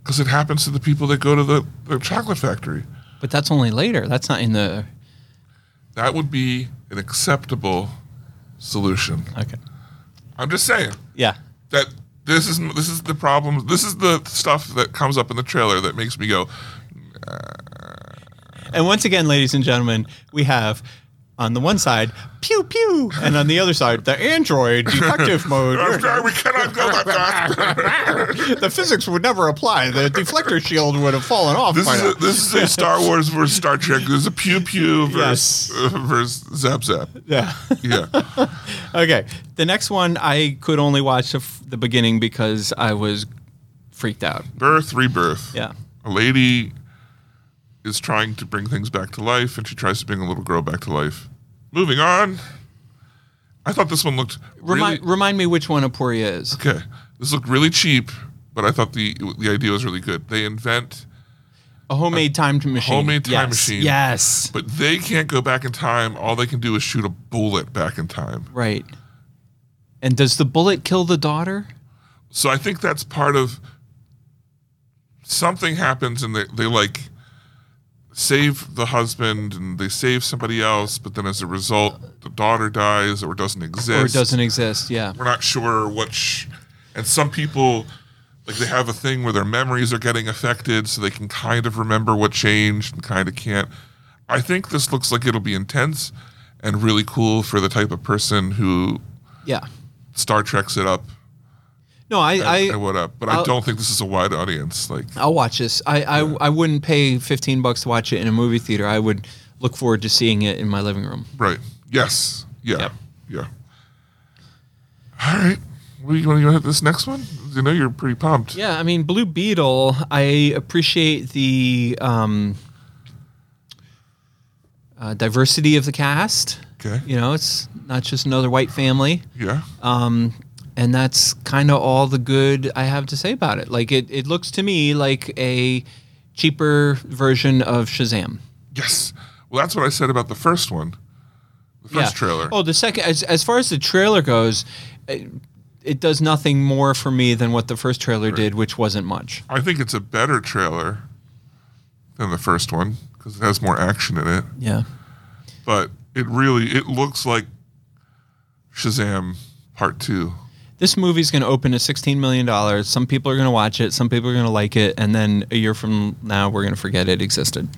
[SPEAKER 2] Because it happens to the people that go to the, the chocolate factory.
[SPEAKER 3] But that's only later. That's not in the
[SPEAKER 2] That would be an acceptable solution.
[SPEAKER 3] okay.
[SPEAKER 2] I'm just saying
[SPEAKER 3] Yeah.
[SPEAKER 2] that this is this is the problem. This is the stuff that comes up in the trailer that makes me go,
[SPEAKER 3] And once again, ladies and gentlemen, we have on the one side pew pew, and on the other side the
[SPEAKER 2] (laughs)
[SPEAKER 3] android detective mode.
[SPEAKER 2] "I'm sorry, we cannot go that fast.
[SPEAKER 3] (laughs) the physics would never apply. The deflector shield would have fallen off.
[SPEAKER 2] This
[SPEAKER 3] by
[SPEAKER 2] is
[SPEAKER 3] now.
[SPEAKER 2] a, this is a Star Wars versus Star Trek. This is a pew pew versus
[SPEAKER 3] Yes.
[SPEAKER 2] uh, versus zap zap.
[SPEAKER 3] yeah. (laughs)
[SPEAKER 2] Yeah,
[SPEAKER 3] Okay. The next one I could only watch the, f- the beginning because I was freaked out.
[SPEAKER 2] birth rebirth.
[SPEAKER 3] Yeah.
[SPEAKER 2] a lady is trying to bring things back to life, and she tries to bring a little girl back to life. Moving on. I thought this one looked really
[SPEAKER 3] Remind, remind me which one Aporia is.
[SPEAKER 2] okay. This looked really cheap, but I thought the the idea was really good. They invent,
[SPEAKER 3] A homemade time machine.
[SPEAKER 2] homemade time
[SPEAKER 3] Yes.
[SPEAKER 2] machine.
[SPEAKER 3] Yes.
[SPEAKER 2] but they can't go back in time. All they can do is shoot a bullet back in time.
[SPEAKER 3] Right. And does the bullet kill the daughter?
[SPEAKER 2] So I think that's part of something happens and they, they like save the husband and they save somebody else, but then as a result, the daughter dies or doesn't exist.
[SPEAKER 3] Or it doesn't exist? Yeah.
[SPEAKER 2] We're not sure which. And some people, like they have a thing where their memories are getting affected, so they can kind of remember what changed and kind of can't. I think this looks like it'll be intense and really cool for the type of person who
[SPEAKER 3] Yeah.
[SPEAKER 2] Star Treks it up
[SPEAKER 3] No, I, I,
[SPEAKER 2] and what up. But I
[SPEAKER 3] I'll-
[SPEAKER 2] don't think this is a wide audience. Like
[SPEAKER 3] I'll watch this. I, I, I wouldn't pay 15 bucks to watch it in a movie theater. I would look forward to seeing it in my living room.
[SPEAKER 2] right? Yes. Yeah.
[SPEAKER 3] Yep.
[SPEAKER 2] Yeah. All right. What do you want to go hit this next one? You know you're pretty pumped.
[SPEAKER 3] Yeah, I mean, Blue Beetle, I appreciate the um, uh, diversity of the cast.
[SPEAKER 2] Okay.
[SPEAKER 3] You know, it's not just another white family.
[SPEAKER 2] Yeah.
[SPEAKER 3] and that's kind of all the good I have to say about it. Like it, it looks to me like a cheaper version of Shazam.
[SPEAKER 2] yes. Well, that's what I said about the first one, the first trailer.
[SPEAKER 3] Oh, the second. As, as far as the trailer goes, it, it does nothing more for me than what the first trailer did, which wasn't much.
[SPEAKER 2] I think it's a better trailer than the first one because it has more action in it.
[SPEAKER 3] Yeah.
[SPEAKER 2] But it really it looks like Shazam Part Two.
[SPEAKER 3] This movie's going to open at $16 million. Some people are going to watch it. Some people are going to like it. And then a year from now, we're going to forget it existed.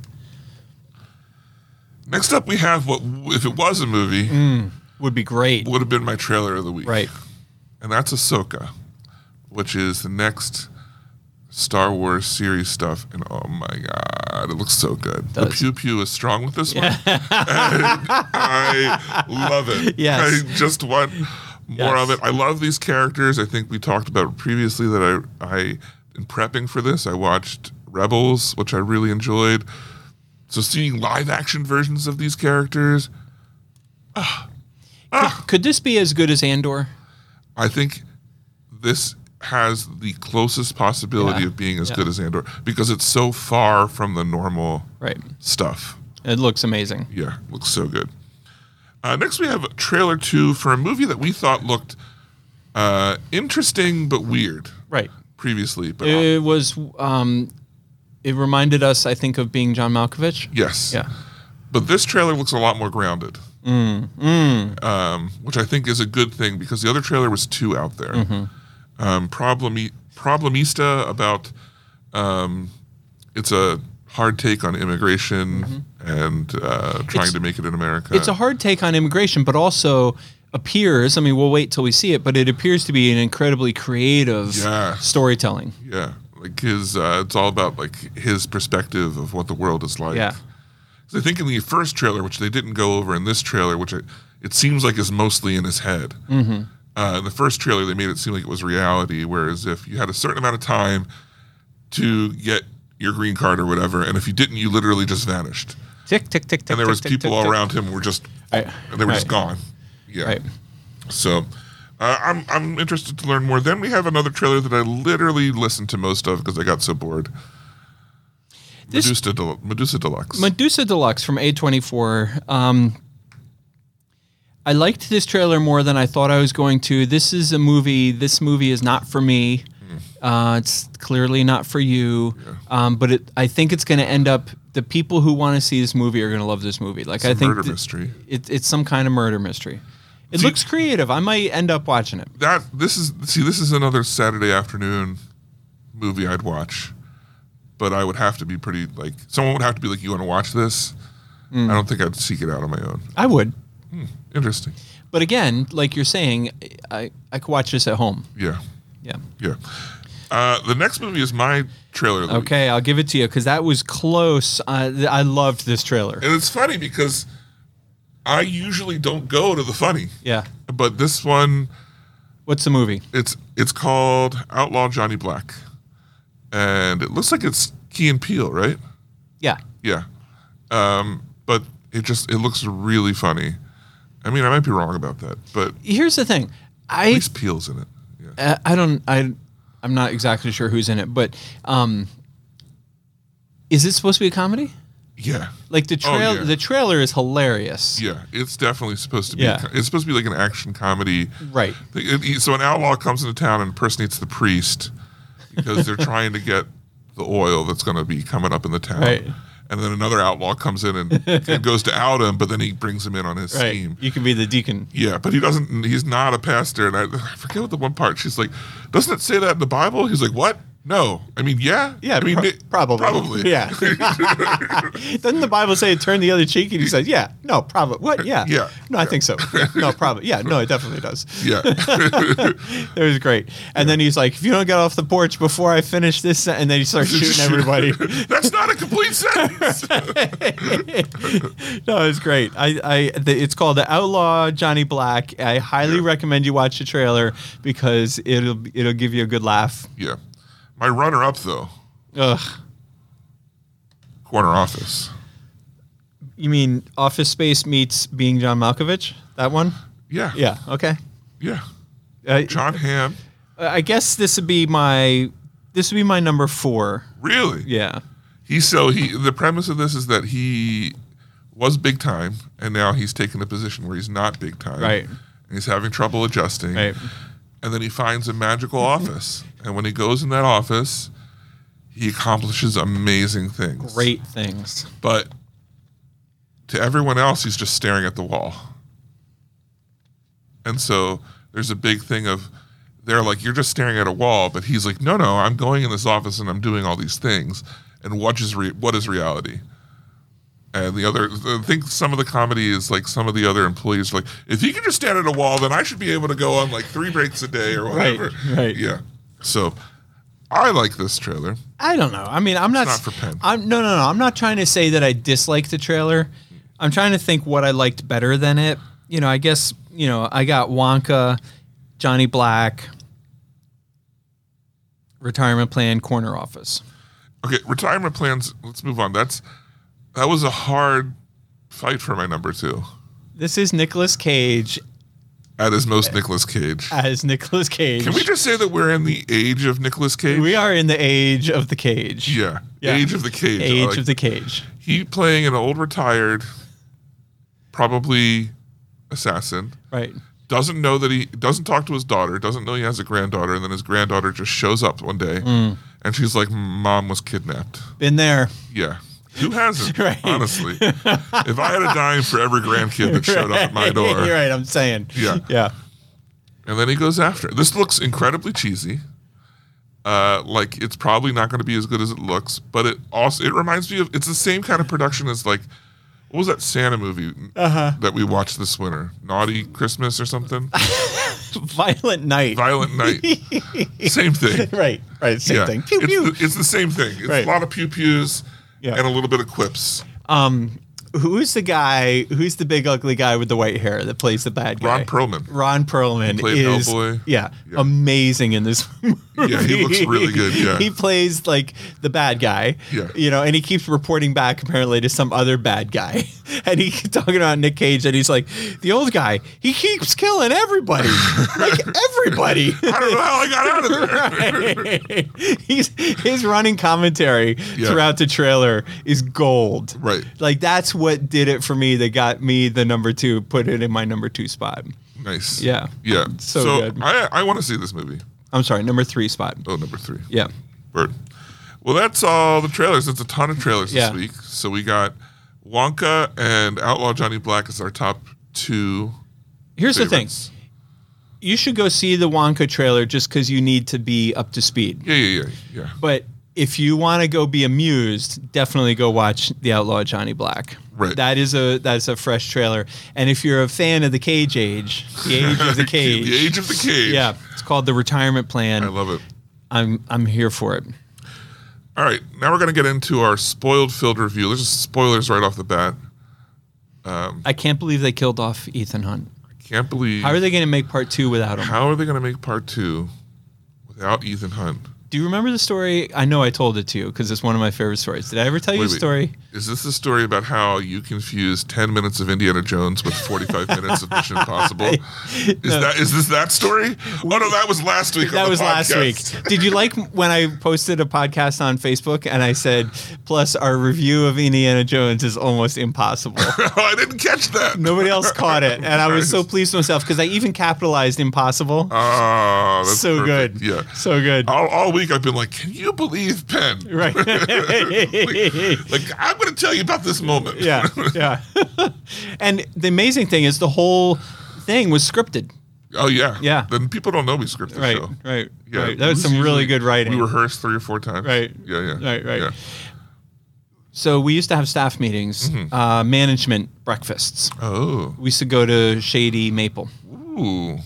[SPEAKER 2] Next up, we have what if it was a movie
[SPEAKER 3] Would be great.
[SPEAKER 2] would have been my trailer of the week,
[SPEAKER 3] Right.
[SPEAKER 2] And that's Ahsoka, which is the next Star Wars series stuff. And oh my god, it looks so good. The
[SPEAKER 3] does.
[SPEAKER 2] pew pew is strong with this one. And (laughs) I love it.
[SPEAKER 3] (laughs)
[SPEAKER 2] I
[SPEAKER 3] Yes.
[SPEAKER 2] just want more of
[SPEAKER 3] Yes.
[SPEAKER 2] it. I love these characters. I think we talked about previously that I I in prepping for this, I watched Rebels, which I really enjoyed. So seeing live action versions of these characters,
[SPEAKER 3] Could this be as good as Andor?
[SPEAKER 2] I think this has the closest possibility
[SPEAKER 3] Yeah.
[SPEAKER 2] of being as
[SPEAKER 3] Yeah.
[SPEAKER 2] good as Andor because it's so far from the normal
[SPEAKER 3] Right.
[SPEAKER 2] stuff.
[SPEAKER 3] It looks amazing.
[SPEAKER 2] Yeah, looks so good. Uh, next, we have a trailer two for a movie that we thought looked uh, interesting but weird
[SPEAKER 3] Right.
[SPEAKER 2] previously. But
[SPEAKER 3] It was. Um, it reminded us, I think, of being John Malkovich.
[SPEAKER 2] yes,
[SPEAKER 3] Yeah.
[SPEAKER 2] But this trailer looks a lot more grounded,
[SPEAKER 3] Mm,
[SPEAKER 2] Um, which I think is a good thing because the other trailer was too out there.
[SPEAKER 3] Mm-hmm.
[SPEAKER 2] Um, problemi- problemista about um, it's a hard take on immigration and uh, trying
[SPEAKER 3] Mm-hmm. It's-
[SPEAKER 2] to make it in America.
[SPEAKER 3] It's a hard take on immigration, but also appears. I mean, we'll wait till we see it, but it appears to be an incredibly creative
[SPEAKER 2] Yeah.
[SPEAKER 3] storytelling.
[SPEAKER 2] yeah, like his. Uh, it's all about like his perspective of what the world is like.
[SPEAKER 3] Yeah.
[SPEAKER 2] 'Cause I think in the first trailer, which they didn't go over in this trailer, which I, it seems like is mostly in his head. Mm-hmm. Uh, in the first trailer, they made it seem like it was reality, whereas if you had a certain amount of time to get your green card or whatever, and if you didn't, you literally just vanished.
[SPEAKER 3] Tick tick tick tick.
[SPEAKER 2] And there was
[SPEAKER 3] tick, tick,
[SPEAKER 2] people
[SPEAKER 3] tick, tick.
[SPEAKER 2] around him were just,
[SPEAKER 3] Right.
[SPEAKER 2] and they were just
[SPEAKER 3] Right.
[SPEAKER 2] gone. Yeah.
[SPEAKER 3] Right.
[SPEAKER 2] So uh, I'm I'm interested to learn more. Then we have another trailer that I literally listened to most of because I got so bored.
[SPEAKER 3] This-
[SPEAKER 2] Medusa, Del- Medusa Deluxe.
[SPEAKER 3] Medusa Deluxe from A24. Um, I liked this trailer more than I thought I was going to. This is a movie. This movie is not for me. Uh, it's clearly not for you. Um, but it, I think it's going to end up. The people who want to see this movie are going to love this movie. Like I
[SPEAKER 2] a
[SPEAKER 3] think
[SPEAKER 2] murder
[SPEAKER 3] th-
[SPEAKER 2] mystery.
[SPEAKER 3] It, it's some kind of murder mystery. It looks creative. I might end up watching it.
[SPEAKER 2] that this is see this is another Saturday afternoon movie I'd watch, but I would have to be pretty like someone would have to be like you want to watch this. I don't think I'd seek it out on my own.
[SPEAKER 3] I would.
[SPEAKER 2] Interesting.
[SPEAKER 3] But again, like you're saying, I I could watch this at home.
[SPEAKER 2] Yeah,
[SPEAKER 3] Yeah.
[SPEAKER 2] yeah. Uh, the next movie is my trailer. Of the week.
[SPEAKER 3] Okay, I'll give it to you because that was close. I, th- I loved this trailer.
[SPEAKER 2] and it's funny because I usually don't go to the funny,
[SPEAKER 3] Yeah.
[SPEAKER 2] but this one
[SPEAKER 3] What's the movie?
[SPEAKER 2] it's it's called Outlaw Johnny Black, and it looks like it's Key and Peele, right?
[SPEAKER 3] Yeah.
[SPEAKER 2] Yeah. Um, but it just it looks really funny. I mean, I might be wrong about that, but at
[SPEAKER 3] Here's the thing. I uh,
[SPEAKER 2] least Peel's in it. Yeah.
[SPEAKER 3] I I don't I I'm not exactly sure who's in it, but um is it supposed to be a comedy?
[SPEAKER 2] Yeah.
[SPEAKER 3] Like the
[SPEAKER 2] Oh,
[SPEAKER 3] trail
[SPEAKER 2] yeah.
[SPEAKER 3] the trailer is hilarious.
[SPEAKER 2] Yeah, it's definitely supposed to be.
[SPEAKER 3] Yeah.
[SPEAKER 2] It's supposed to be like an action comedy.
[SPEAKER 3] Right.
[SPEAKER 2] It- it- So an outlaw comes into town and impersonates the priest because
[SPEAKER 3] (laughs)
[SPEAKER 2] they're trying to get the oil that's going to be coming up in the town.
[SPEAKER 3] Right.
[SPEAKER 2] And then another outlaw comes in and,
[SPEAKER 3] (laughs)
[SPEAKER 2] and goes to out him, but then he brings him in on his
[SPEAKER 3] Right.
[SPEAKER 2] scheme.
[SPEAKER 3] You can be the deacon.
[SPEAKER 2] Yeah, but he doesn't. He's not a pastor, and I, I forget what the one part. She's like, "Doesn't it say that in the Bible?" He's like, "What? No. I mean, yeah.
[SPEAKER 3] Yeah,
[SPEAKER 2] I mean,
[SPEAKER 3] pro-
[SPEAKER 2] it-
[SPEAKER 3] probably.
[SPEAKER 2] probably. (laughs)
[SPEAKER 3] Yeah. (laughs) Doesn't the Bible say turn the other cheek? And he says, yeah, no, probably. What? Yeah.
[SPEAKER 2] Yeah.
[SPEAKER 3] No, I think so. Yeah, no, probably. Yeah, no, it definitely
[SPEAKER 2] (laughs)
[SPEAKER 3] does. (laughs)
[SPEAKER 2] yeah.
[SPEAKER 3] It was great. And then he's like, if you don't get off the porch before I finish this, sen-" and then he
[SPEAKER 2] (laughs)
[SPEAKER 3] starts shooting everybody. (laughs)
[SPEAKER 2] That's not a complete sentence.
[SPEAKER 3] no, it's great. I, I, the, it's called The Outlaw Johnny Black. I highly recommend you watch the trailer because it'll, it'll give you a good laugh.
[SPEAKER 2] yeah. My runner-up though,
[SPEAKER 3] Ugh.
[SPEAKER 2] corner office.
[SPEAKER 3] You mean Office Space meets Being John Malkovich? That one?
[SPEAKER 2] Yeah.
[SPEAKER 3] Yeah. Okay.
[SPEAKER 2] Yeah.
[SPEAKER 3] Uh,
[SPEAKER 2] John Hamm.
[SPEAKER 3] I guess this would be my this would be my number four.
[SPEAKER 2] Really?
[SPEAKER 3] Yeah.
[SPEAKER 2] He so he the premise of this is that he was big time and now he's taken a position where he's not big time.
[SPEAKER 3] Right.
[SPEAKER 2] And he's having trouble adjusting.
[SPEAKER 3] Right.
[SPEAKER 2] And then he finds a magical office. And when he goes in that office, he accomplishes amazing things.
[SPEAKER 3] Great things.
[SPEAKER 2] But to everyone else, he's just staring at the wall. And so there's a big thing of they're like, you're just staring at a wall, but he's like, no, no, I'm going in this office and I'm doing all these things. And what is re- what is reality? And the other, I think some of the comedy is like some of the other employees are like, if he can just stand at a wall, then I should be able to go on like three breaks a day or
[SPEAKER 3] Right,
[SPEAKER 2] whatever.
[SPEAKER 3] right.
[SPEAKER 2] Yeah. So I like this trailer.
[SPEAKER 3] I don't know. I mean, I'm not.
[SPEAKER 2] not for Penn.
[SPEAKER 3] I'm no, no, no. I'm not trying to say that I dislike the trailer. I'm trying to think what I liked better than it. You know, I guess you know I got Wonka, Johnny Black, Retirement Plan, Corner Office.
[SPEAKER 2] Okay, retirement plans. Let's move on. That's that was a hard fight for my number two.
[SPEAKER 3] This is Nicolas Cage
[SPEAKER 2] At his most, Nicolas Cage.
[SPEAKER 3] as Nicolas Cage.
[SPEAKER 2] Can we just say that we're in the age of Nicolas Cage?
[SPEAKER 3] We are in the age of the cage.
[SPEAKER 2] Yeah.
[SPEAKER 3] Yeah.
[SPEAKER 2] Age of the Cage. I
[SPEAKER 3] Age
[SPEAKER 2] like-
[SPEAKER 3] of the cage.
[SPEAKER 2] He playing an old retired, probably assassin.
[SPEAKER 3] Right.
[SPEAKER 2] Doesn't know that he doesn't talk to his daughter. Doesn't know he has a granddaughter, and then his granddaughter just shows up one day,
[SPEAKER 3] Mm.
[SPEAKER 2] and she's like, "Mom was kidnapped."
[SPEAKER 3] Been there.
[SPEAKER 2] Yeah. Who hasn't?
[SPEAKER 3] (laughs) Right.
[SPEAKER 2] Honestly, if I had a dime for every grandkid that showed up at my door,
[SPEAKER 3] (laughs) You're right. I'm saying.
[SPEAKER 2] Yeah.
[SPEAKER 3] Yeah.
[SPEAKER 2] And then he goes after. it. This looks incredibly cheesy. Uh, like it's probably not going to be as good as it looks, but it also it reminds me of it's the same kind of production as like what was that Santa movie
[SPEAKER 3] Uh-huh.
[SPEAKER 2] that we watched this winter? Naughty Christmas or something?
[SPEAKER 3] Violent night. (laughs)
[SPEAKER 2] Violent Night. same thing.
[SPEAKER 3] right. Right. Same
[SPEAKER 2] Yeah.
[SPEAKER 3] thing. Pew
[SPEAKER 2] it's,
[SPEAKER 3] pew.
[SPEAKER 2] The, it's the same thing. It's
[SPEAKER 3] Right.
[SPEAKER 2] a lot of pew pews
[SPEAKER 3] Yeah.
[SPEAKER 2] and a little bit of quips.
[SPEAKER 3] um, who's the guy? Who's the big ugly guy with the white hair that plays the bad guy?
[SPEAKER 2] Ron Perlman.
[SPEAKER 3] Ron Perlman
[SPEAKER 2] played
[SPEAKER 3] is
[SPEAKER 2] Hellboy.
[SPEAKER 3] Yeah,
[SPEAKER 2] Yeah.
[SPEAKER 3] amazing in this (laughs) movie.
[SPEAKER 2] Yeah, he looks really good, yeah.
[SPEAKER 3] he plays like the bad guy.
[SPEAKER 2] Yeah.
[SPEAKER 3] you know, and he keeps reporting back apparently to some other bad guy, (laughs) and he keeps talking about Nick Cage, and he's like, the old guy. He keeps
[SPEAKER 2] (laughs)
[SPEAKER 3] killing everybody, like everybody.
[SPEAKER 2] I
[SPEAKER 3] (laughs)
[SPEAKER 2] don't know how I got out of there.
[SPEAKER 3] He's his running commentary
[SPEAKER 2] Yeah.
[SPEAKER 3] throughout the trailer is gold.
[SPEAKER 2] (laughs) Right.
[SPEAKER 3] Like that's what did it for me that got me the number two, put it in my number two spot.
[SPEAKER 2] Nice.
[SPEAKER 3] Yeah.
[SPEAKER 2] Yeah.
[SPEAKER 3] So good.
[SPEAKER 2] I I want to see this movie.
[SPEAKER 3] I'm sorry, number three spot.
[SPEAKER 2] Oh, number three.
[SPEAKER 3] Yeah.
[SPEAKER 2] Bird. Well, that's all the trailers. It's a ton of trailers
[SPEAKER 3] Yeah.
[SPEAKER 2] this week. So we got Wonka and Outlaw Johnny Black as our top two.
[SPEAKER 3] Here's
[SPEAKER 2] Favorites.
[SPEAKER 3] the thing. You should go see the Wonka trailer just because you need to be up to speed.
[SPEAKER 2] Yeah, yeah, yeah, yeah.
[SPEAKER 3] But if you want to go be amused, definitely go watch The Outlaw Johnny Black.
[SPEAKER 2] Right.
[SPEAKER 3] That is a that's a fresh trailer. And if you're a fan of the Cage Age, the Age of the
[SPEAKER 2] (laughs)
[SPEAKER 3] Cage.
[SPEAKER 2] the Age of the Cage.
[SPEAKER 3] Yeah, it's called the retirement plan.
[SPEAKER 2] I love it.
[SPEAKER 3] I'm I'm here for it.
[SPEAKER 2] All right, now we're gonna get into our spoiled filled review. There's just spoilers right off the bat.
[SPEAKER 3] I can't believe they killed off Ethan Hunt.
[SPEAKER 2] Can't believe
[SPEAKER 3] How are they going to make part two without him?
[SPEAKER 2] how are they gonna make part two without Ethan Hunt?
[SPEAKER 3] Do you remember the story? I know I told it to you because it's one of my favorite stories. Did I ever tell you
[SPEAKER 2] Wait,
[SPEAKER 3] a
[SPEAKER 2] wait.
[SPEAKER 3] story?
[SPEAKER 2] Is this the story about how you confuse 10 minutes of Indiana Jones with 45 minutes of Mission
[SPEAKER 3] (laughs)
[SPEAKER 2] Impossible? Is that is this that story? Oh no, that was last week. on
[SPEAKER 3] That
[SPEAKER 2] the
[SPEAKER 3] was last week.
[SPEAKER 2] podcast.
[SPEAKER 3] Did you like when I posted a podcast on Facebook and I said, plus our review of Indiana Jones is
[SPEAKER 2] (laughs)
[SPEAKER 3] almost impossible?
[SPEAKER 2] (laughs) oh, I didn't catch that.
[SPEAKER 3] Nobody else caught it. And I was so pleased with myself because I even capitalized impossible.
[SPEAKER 2] Oh, that's
[SPEAKER 3] so
[SPEAKER 2] perfect.
[SPEAKER 3] good.
[SPEAKER 2] Yeah. Oh.
[SPEAKER 3] So good. (laughs)
[SPEAKER 2] all, all week I've been like, can you believe Penn?
[SPEAKER 3] Right.
[SPEAKER 2] (laughs) Like, I'm going to tell you about this moment.
[SPEAKER 3] yeah. Yeah. (laughs) and the amazing thing is the whole thing was scripted.
[SPEAKER 2] (laughs) oh, yeah.
[SPEAKER 3] Yeah.
[SPEAKER 2] Then people don't know we script the
[SPEAKER 3] Right.
[SPEAKER 2] show.
[SPEAKER 3] Right.
[SPEAKER 2] Yeah.
[SPEAKER 3] right. That was
[SPEAKER 2] This
[SPEAKER 3] some really
[SPEAKER 2] usually-
[SPEAKER 3] good writing.
[SPEAKER 2] We rehearsed three or four times.
[SPEAKER 3] Right.
[SPEAKER 2] Yeah, yeah.
[SPEAKER 3] Right, right.
[SPEAKER 2] Yeah.
[SPEAKER 3] so we used to have staff meetings,
[SPEAKER 2] Mm-hmm.
[SPEAKER 3] uh, management breakfasts.
[SPEAKER 2] Oh.
[SPEAKER 3] We used to go to Shady Maple.
[SPEAKER 2] Ooh.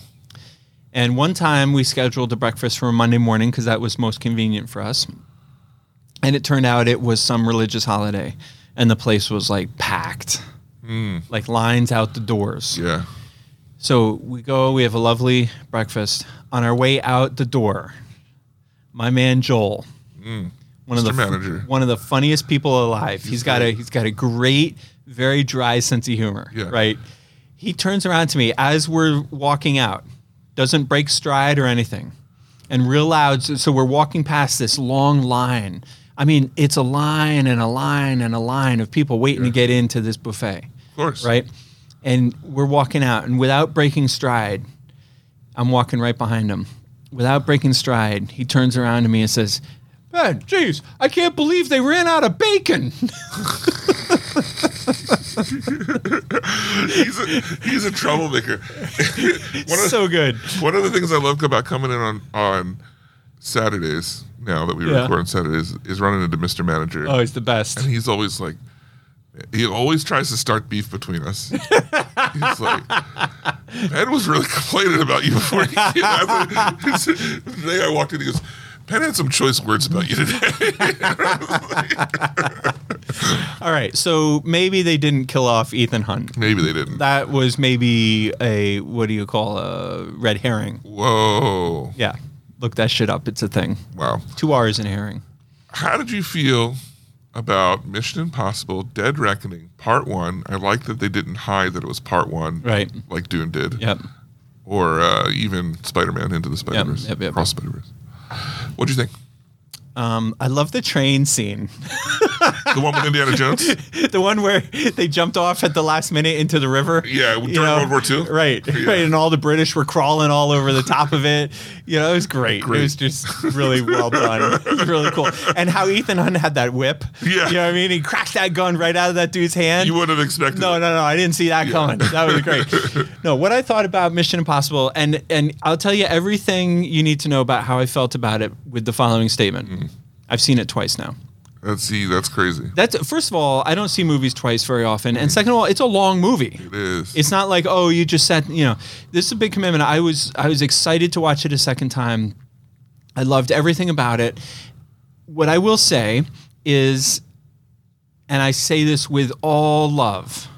[SPEAKER 3] And one time we scheduled a breakfast for a Monday morning because that was most convenient for us. And it turned out it was some religious holiday and the place was like packed,
[SPEAKER 2] Mm.
[SPEAKER 3] like lines out the doors.
[SPEAKER 2] Yeah.
[SPEAKER 3] So we go, we have a lovely breakfast. On our way out the door, my man Joel, one
[SPEAKER 2] Mr.
[SPEAKER 3] of the
[SPEAKER 2] Mm, Manager.
[SPEAKER 3] one of the funniest people alive. he's got a he's got a great, very dry sense of humor.
[SPEAKER 2] Yeah.
[SPEAKER 3] Right. He turns around to me as we're walking out, doesn't break stride or anything, and real loud. So, so we're walking past this long line. I mean, it's a line and a line and a line of people waiting to get into this buffet
[SPEAKER 2] Of course.
[SPEAKER 3] right? And we're walking out, and without breaking stride, I'm walking right behind him. Without breaking stride, he turns around to me and says, "Man, jeez, I can't believe they ran out of bacon." (laughs)
[SPEAKER 2] He's a, he's a troublemaker. (laughs) one, of,
[SPEAKER 3] so good.
[SPEAKER 2] one of the things I love about coming in on, on Saturdays, now that we
[SPEAKER 3] Yeah.
[SPEAKER 2] record on Saturdays, is running into Mr. Manager.
[SPEAKER 3] Oh, he's the best.
[SPEAKER 2] he's always like he always tries to start beef between
[SPEAKER 3] (laughs)
[SPEAKER 2] us. He's like, Ben was really complaining about you before he came out. (laughs) The day I walked in, he goes, Ben had some choice words about you today. (laughs)
[SPEAKER 3] All right, so maybe they didn't kill off Ethan Hunt.
[SPEAKER 2] Maybe they didn't.
[SPEAKER 3] That was maybe a what do you call a red herring?
[SPEAKER 2] Whoa.
[SPEAKER 3] Yeah, look that shit up. It's a thing.
[SPEAKER 2] Wow.
[SPEAKER 3] Two R's in herring.
[SPEAKER 2] How did you feel about Mission Impossible Dead Reckoning Part 1? I like that they didn't hide that it was Part 1.
[SPEAKER 3] Right.
[SPEAKER 2] Like Dune did.
[SPEAKER 3] Yep.
[SPEAKER 2] Or uh, even Spider Man Into the Spider Verse.
[SPEAKER 3] yep, yep.
[SPEAKER 2] Cross Spider Verse. What'd you think?
[SPEAKER 3] Um, I love the train scene.
[SPEAKER 2] The one
[SPEAKER 3] (laughs)
[SPEAKER 2] with Indiana Jones?
[SPEAKER 3] the one where they jumped off at the last minute into the river.
[SPEAKER 2] Yeah, during World War Two.
[SPEAKER 3] Right,
[SPEAKER 2] Yeah.
[SPEAKER 3] right, and all the British were crawling all over the top of it. You know, it was great.
[SPEAKER 2] Great.
[SPEAKER 3] It was just really well
[SPEAKER 2] (laughs)
[SPEAKER 3] done. It was really cool. And how Ethan Hunt had that whip.
[SPEAKER 2] Yeah.
[SPEAKER 3] you know what I mean. He cracked that gun right out of that dude's hand.
[SPEAKER 2] You wouldn't have expected.
[SPEAKER 3] No,
[SPEAKER 2] it.
[SPEAKER 3] no, no. I didn't see that coming. That
[SPEAKER 2] (laughs)
[SPEAKER 3] was great. no, what I thought about Mission Impossible, and and I'll tell you everything you need to know about how I felt about it with the following statement.
[SPEAKER 2] Mm.
[SPEAKER 3] I've seen it twice now.
[SPEAKER 2] Let's see. That's crazy.
[SPEAKER 3] That's first of all, I don't see movies twice very often, and second of all, it's a long movie.
[SPEAKER 2] It is.
[SPEAKER 3] It's not like oh, you just sat. You know, this is a big commitment. I was I was excited to watch it a second time. I loved everything about it. What I will say is, and I say this with all love,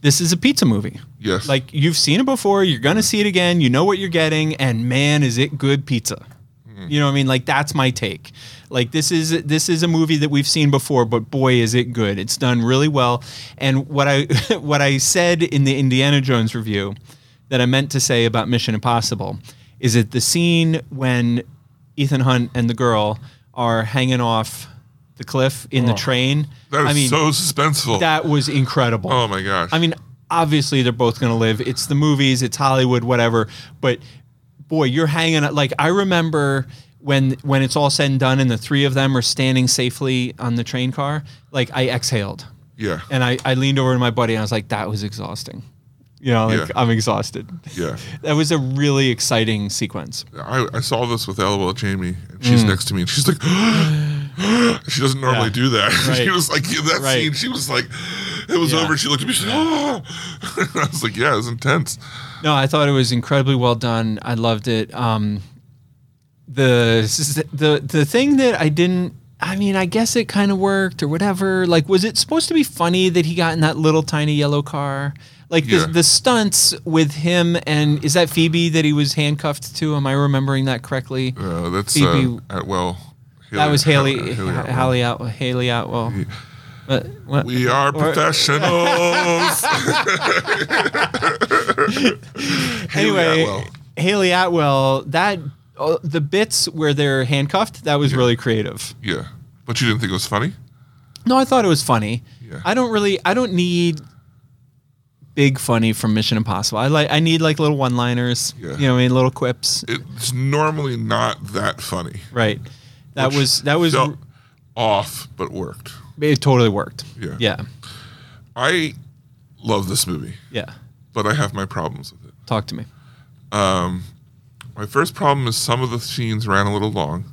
[SPEAKER 3] this is a pizza
[SPEAKER 2] Hmm.
[SPEAKER 3] movie.
[SPEAKER 2] yes.
[SPEAKER 3] Like you've seen it before, you're gonna see it again. You know what you're getting, and man, is it good pizza. (laughs) You know what I mean? Like that's my take. Like this is this is a movie that we've seen before, but boy, is it good! It's done really well. And what I (laughs) what I said in the Indiana Jones review that I meant to say about Mission Impossible is that the scene when Ethan Hunt and the girl are hanging off the cliff in the train.
[SPEAKER 2] Oh, that is
[SPEAKER 3] I mean,
[SPEAKER 2] so suspenseful.
[SPEAKER 3] that was incredible.
[SPEAKER 2] oh my gosh.
[SPEAKER 3] I mean, obviously they're both going to live. It's the movies, it's Hollywood, whatever. But boy, you're hanging. Like I remember when when it's all said and done, and the three of them are standing safely on the train car. Like I exhaled,
[SPEAKER 2] Yeah.
[SPEAKER 3] and I I leaned over to my buddy, and I was like, that was exhausting. You know, like
[SPEAKER 2] Yeah.
[SPEAKER 3] I'm exhausted.
[SPEAKER 2] yeah.
[SPEAKER 3] That was a really exciting sequence.
[SPEAKER 2] I, I saw this with LOL Jamie, and she's next to me, and she's like, (gasps) she doesn't normally
[SPEAKER 3] Mm. Yeah.
[SPEAKER 2] do that. (laughs) she
[SPEAKER 3] Right.
[SPEAKER 2] was like in that
[SPEAKER 3] Right.
[SPEAKER 2] scene. She was like, it was
[SPEAKER 3] Yeah.
[SPEAKER 2] over. She looked at me. She's like, "Oh!" (laughs) I was like, yeah, it was intense.
[SPEAKER 3] No, I thought it was incredibly well done. I loved it. Um, the the the thing that I didn't. I mean, I guess it kind of worked or whatever. Like, was it supposed to be funny that he got in that little tiny yellow car? Like the,
[SPEAKER 2] Yeah.
[SPEAKER 3] the stunts with him and is that Phoebe that he was handcuffed to? Am I remembering that correctly?
[SPEAKER 2] Uh, that's
[SPEAKER 3] Phoebe-
[SPEAKER 2] uh, Atwell.
[SPEAKER 3] that was Haley
[SPEAKER 2] Haley
[SPEAKER 3] Ha-
[SPEAKER 2] Atwell.
[SPEAKER 3] Haley Atwell. Haley Atwell. But what-
[SPEAKER 2] We are
[SPEAKER 3] (laughs)
[SPEAKER 2] professionals. (laughs) Haley
[SPEAKER 3] anyway,
[SPEAKER 2] Atwell.
[SPEAKER 3] Haley Atwell. That uh, the bits where they're handcuffed. That was really creative.
[SPEAKER 2] yeah, but you didn't think it was funny.
[SPEAKER 3] No, I thought it was funny.
[SPEAKER 2] Yeah.
[SPEAKER 3] I don't really. I don't need big funny from Mission Impossible. I like. I need like little one-liners.
[SPEAKER 2] Yeah.
[SPEAKER 3] You know, what I mean, little quips.
[SPEAKER 2] It's normally not that funny.
[SPEAKER 3] right. That
[SPEAKER 2] which
[SPEAKER 3] was. That was.
[SPEAKER 2] felt off, but worked.
[SPEAKER 3] It totally worked.
[SPEAKER 2] Yeah.
[SPEAKER 3] Yeah.
[SPEAKER 2] I love this movie,
[SPEAKER 3] Yeah.
[SPEAKER 2] but I have my problems with it.
[SPEAKER 3] Talk to me.
[SPEAKER 2] My first problem is some of the scenes ran a little long,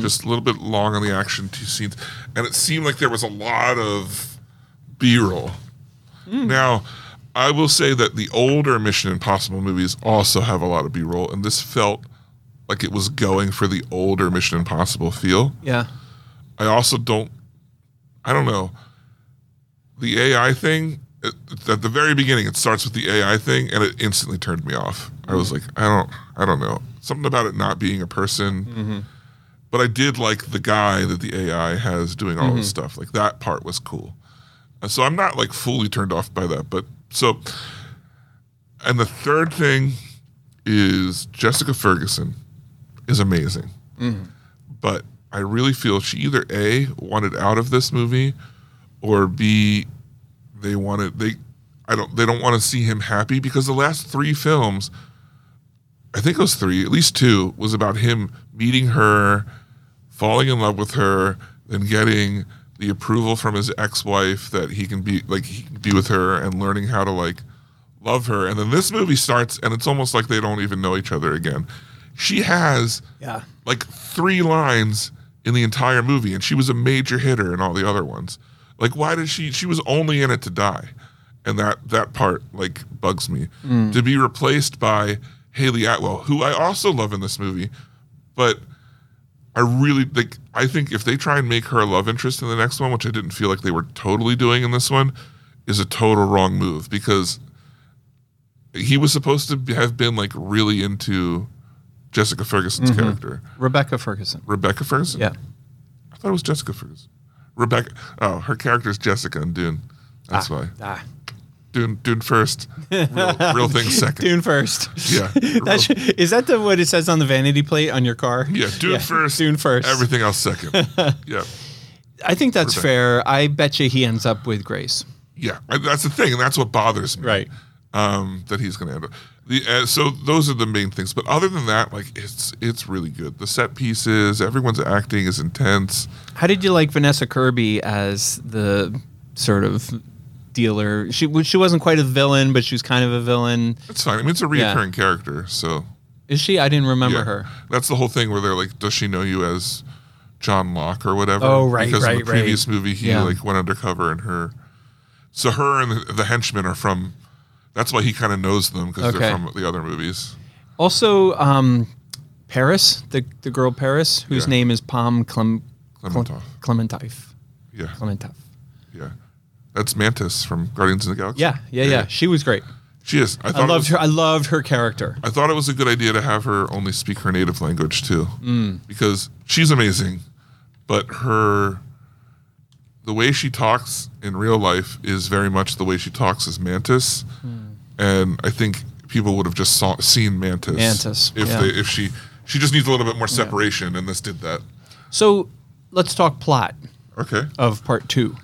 [SPEAKER 2] just a little bit long on the action t- scenes, and it seemed like there was a lot of B-roll. Now, I will say that the older Mission Impossible movies also have a lot of B-roll, and this felt like it was going for the older Mission Impossible feel.
[SPEAKER 3] Yeah.
[SPEAKER 2] I also don't. I don't know. The AI thing it, it's at the very beginning, it starts with the AI thing, and it instantly turned me off. I was like, I don't, I don't know. Something about it not being a person. But I did like the guy that the AI has doing all this stuff. Like that part was cool. And so I'm not like fully turned off by that. But so, and the third thing is Jessica Ferguson is amazing but I really feel she either a wanted out of this movie, or b they wanted they I don't they don't want to see him happy because the last three films, I think it was three, at least two, was about him meeting her, falling in love with her, then getting the approval from his ex-wife that he can be like he can be with her and learning how to like love her and then this movie starts and it's almost like they don't even know each other again she has
[SPEAKER 3] Yeah.
[SPEAKER 2] like three lines in the entire movie, and she was a major hitter in all the other ones. Like, why did she? She was only in it to die, and that that part like bugs me. To be replaced by Haley Atwell, who I also love in this movie, but I really like. I think if they try and make her a love interest in the next one, which I didn't feel like they were totally doing in this one, is a total wrong move because he was supposed to have been like really into Jessica Ferguson's character.
[SPEAKER 3] Rebecca Ferguson.
[SPEAKER 2] Rebecca Ferguson.
[SPEAKER 3] Mm-hmm. Yeah.
[SPEAKER 2] I thought it was Jessica Ferguson. Rebecca. Oh, her character is Jessica in Dune. That's why.
[SPEAKER 3] Ah. (laughs)
[SPEAKER 2] Dune. Dune first. Real, real thing second.
[SPEAKER 3] Dune first.
[SPEAKER 2] Yeah. Real-
[SPEAKER 3] (laughs) That should, is that the what it says on the vanity plate on your car?
[SPEAKER 2] yeah. Dune first.
[SPEAKER 3] Dune first.
[SPEAKER 2] Everything else
[SPEAKER 3] (laughs)
[SPEAKER 2] second. yeah.
[SPEAKER 3] I think that's
[SPEAKER 2] Rebecca.
[SPEAKER 3] fair. I bet you he ends up with Grace.
[SPEAKER 2] Yeah. I- that's the thing, and that's what bothers me.
[SPEAKER 3] Right.
[SPEAKER 2] Um, that he's going to end up. The, uh, so those are the main things. But other than that, like it's it's really good. The set pieces, everyone's acting is intense.
[SPEAKER 3] How did you like Vanessa Kirby as the sort of dealer? She she wasn't quite a villain, but she was kind of a villain.
[SPEAKER 2] It's fine. I mean, it's a
[SPEAKER 3] Yeah.
[SPEAKER 2] reoccurring character, so
[SPEAKER 3] Is she? I didn't remember
[SPEAKER 2] Yeah.
[SPEAKER 3] her.
[SPEAKER 2] That's the whole thing where they're like, does she know you as John Locke or whatever?
[SPEAKER 3] Oh, right,
[SPEAKER 2] Because in
[SPEAKER 3] right,
[SPEAKER 2] the
[SPEAKER 3] right.
[SPEAKER 2] previous movie, he
[SPEAKER 3] Yeah.
[SPEAKER 2] like went undercover and her. So her and the, the henchmen are from. That's why he kind of knows them because
[SPEAKER 3] Okay.
[SPEAKER 2] they're from the other movies.
[SPEAKER 3] Also, um, Paris, the the girl Paris, whose
[SPEAKER 2] Yeah.
[SPEAKER 3] name is Palm Clem,
[SPEAKER 2] Clementine.
[SPEAKER 3] Clementife.
[SPEAKER 2] Yeah,
[SPEAKER 3] Clementife.
[SPEAKER 2] yeah. That's Mantis from Guardians of the Galaxy.
[SPEAKER 3] Yeah, yeah, yeah. She was great.
[SPEAKER 2] She is. I
[SPEAKER 3] I
[SPEAKER 2] thought it
[SPEAKER 3] loved
[SPEAKER 2] was-
[SPEAKER 3] her. I loved her character.
[SPEAKER 2] I thought it was a good idea to have her only speak her native language too, mm. because she's amazing, but her the way she talks in real life is very much the way she talks as Mantis,
[SPEAKER 3] Hmm.
[SPEAKER 2] and I think people would have just saw, seen Mantis.
[SPEAKER 3] Mantis,
[SPEAKER 2] if
[SPEAKER 3] yeah.
[SPEAKER 2] they, if she she just needs a little bit more separation, and this did that.
[SPEAKER 3] So let's talk plot
[SPEAKER 2] Okay,
[SPEAKER 3] of part two.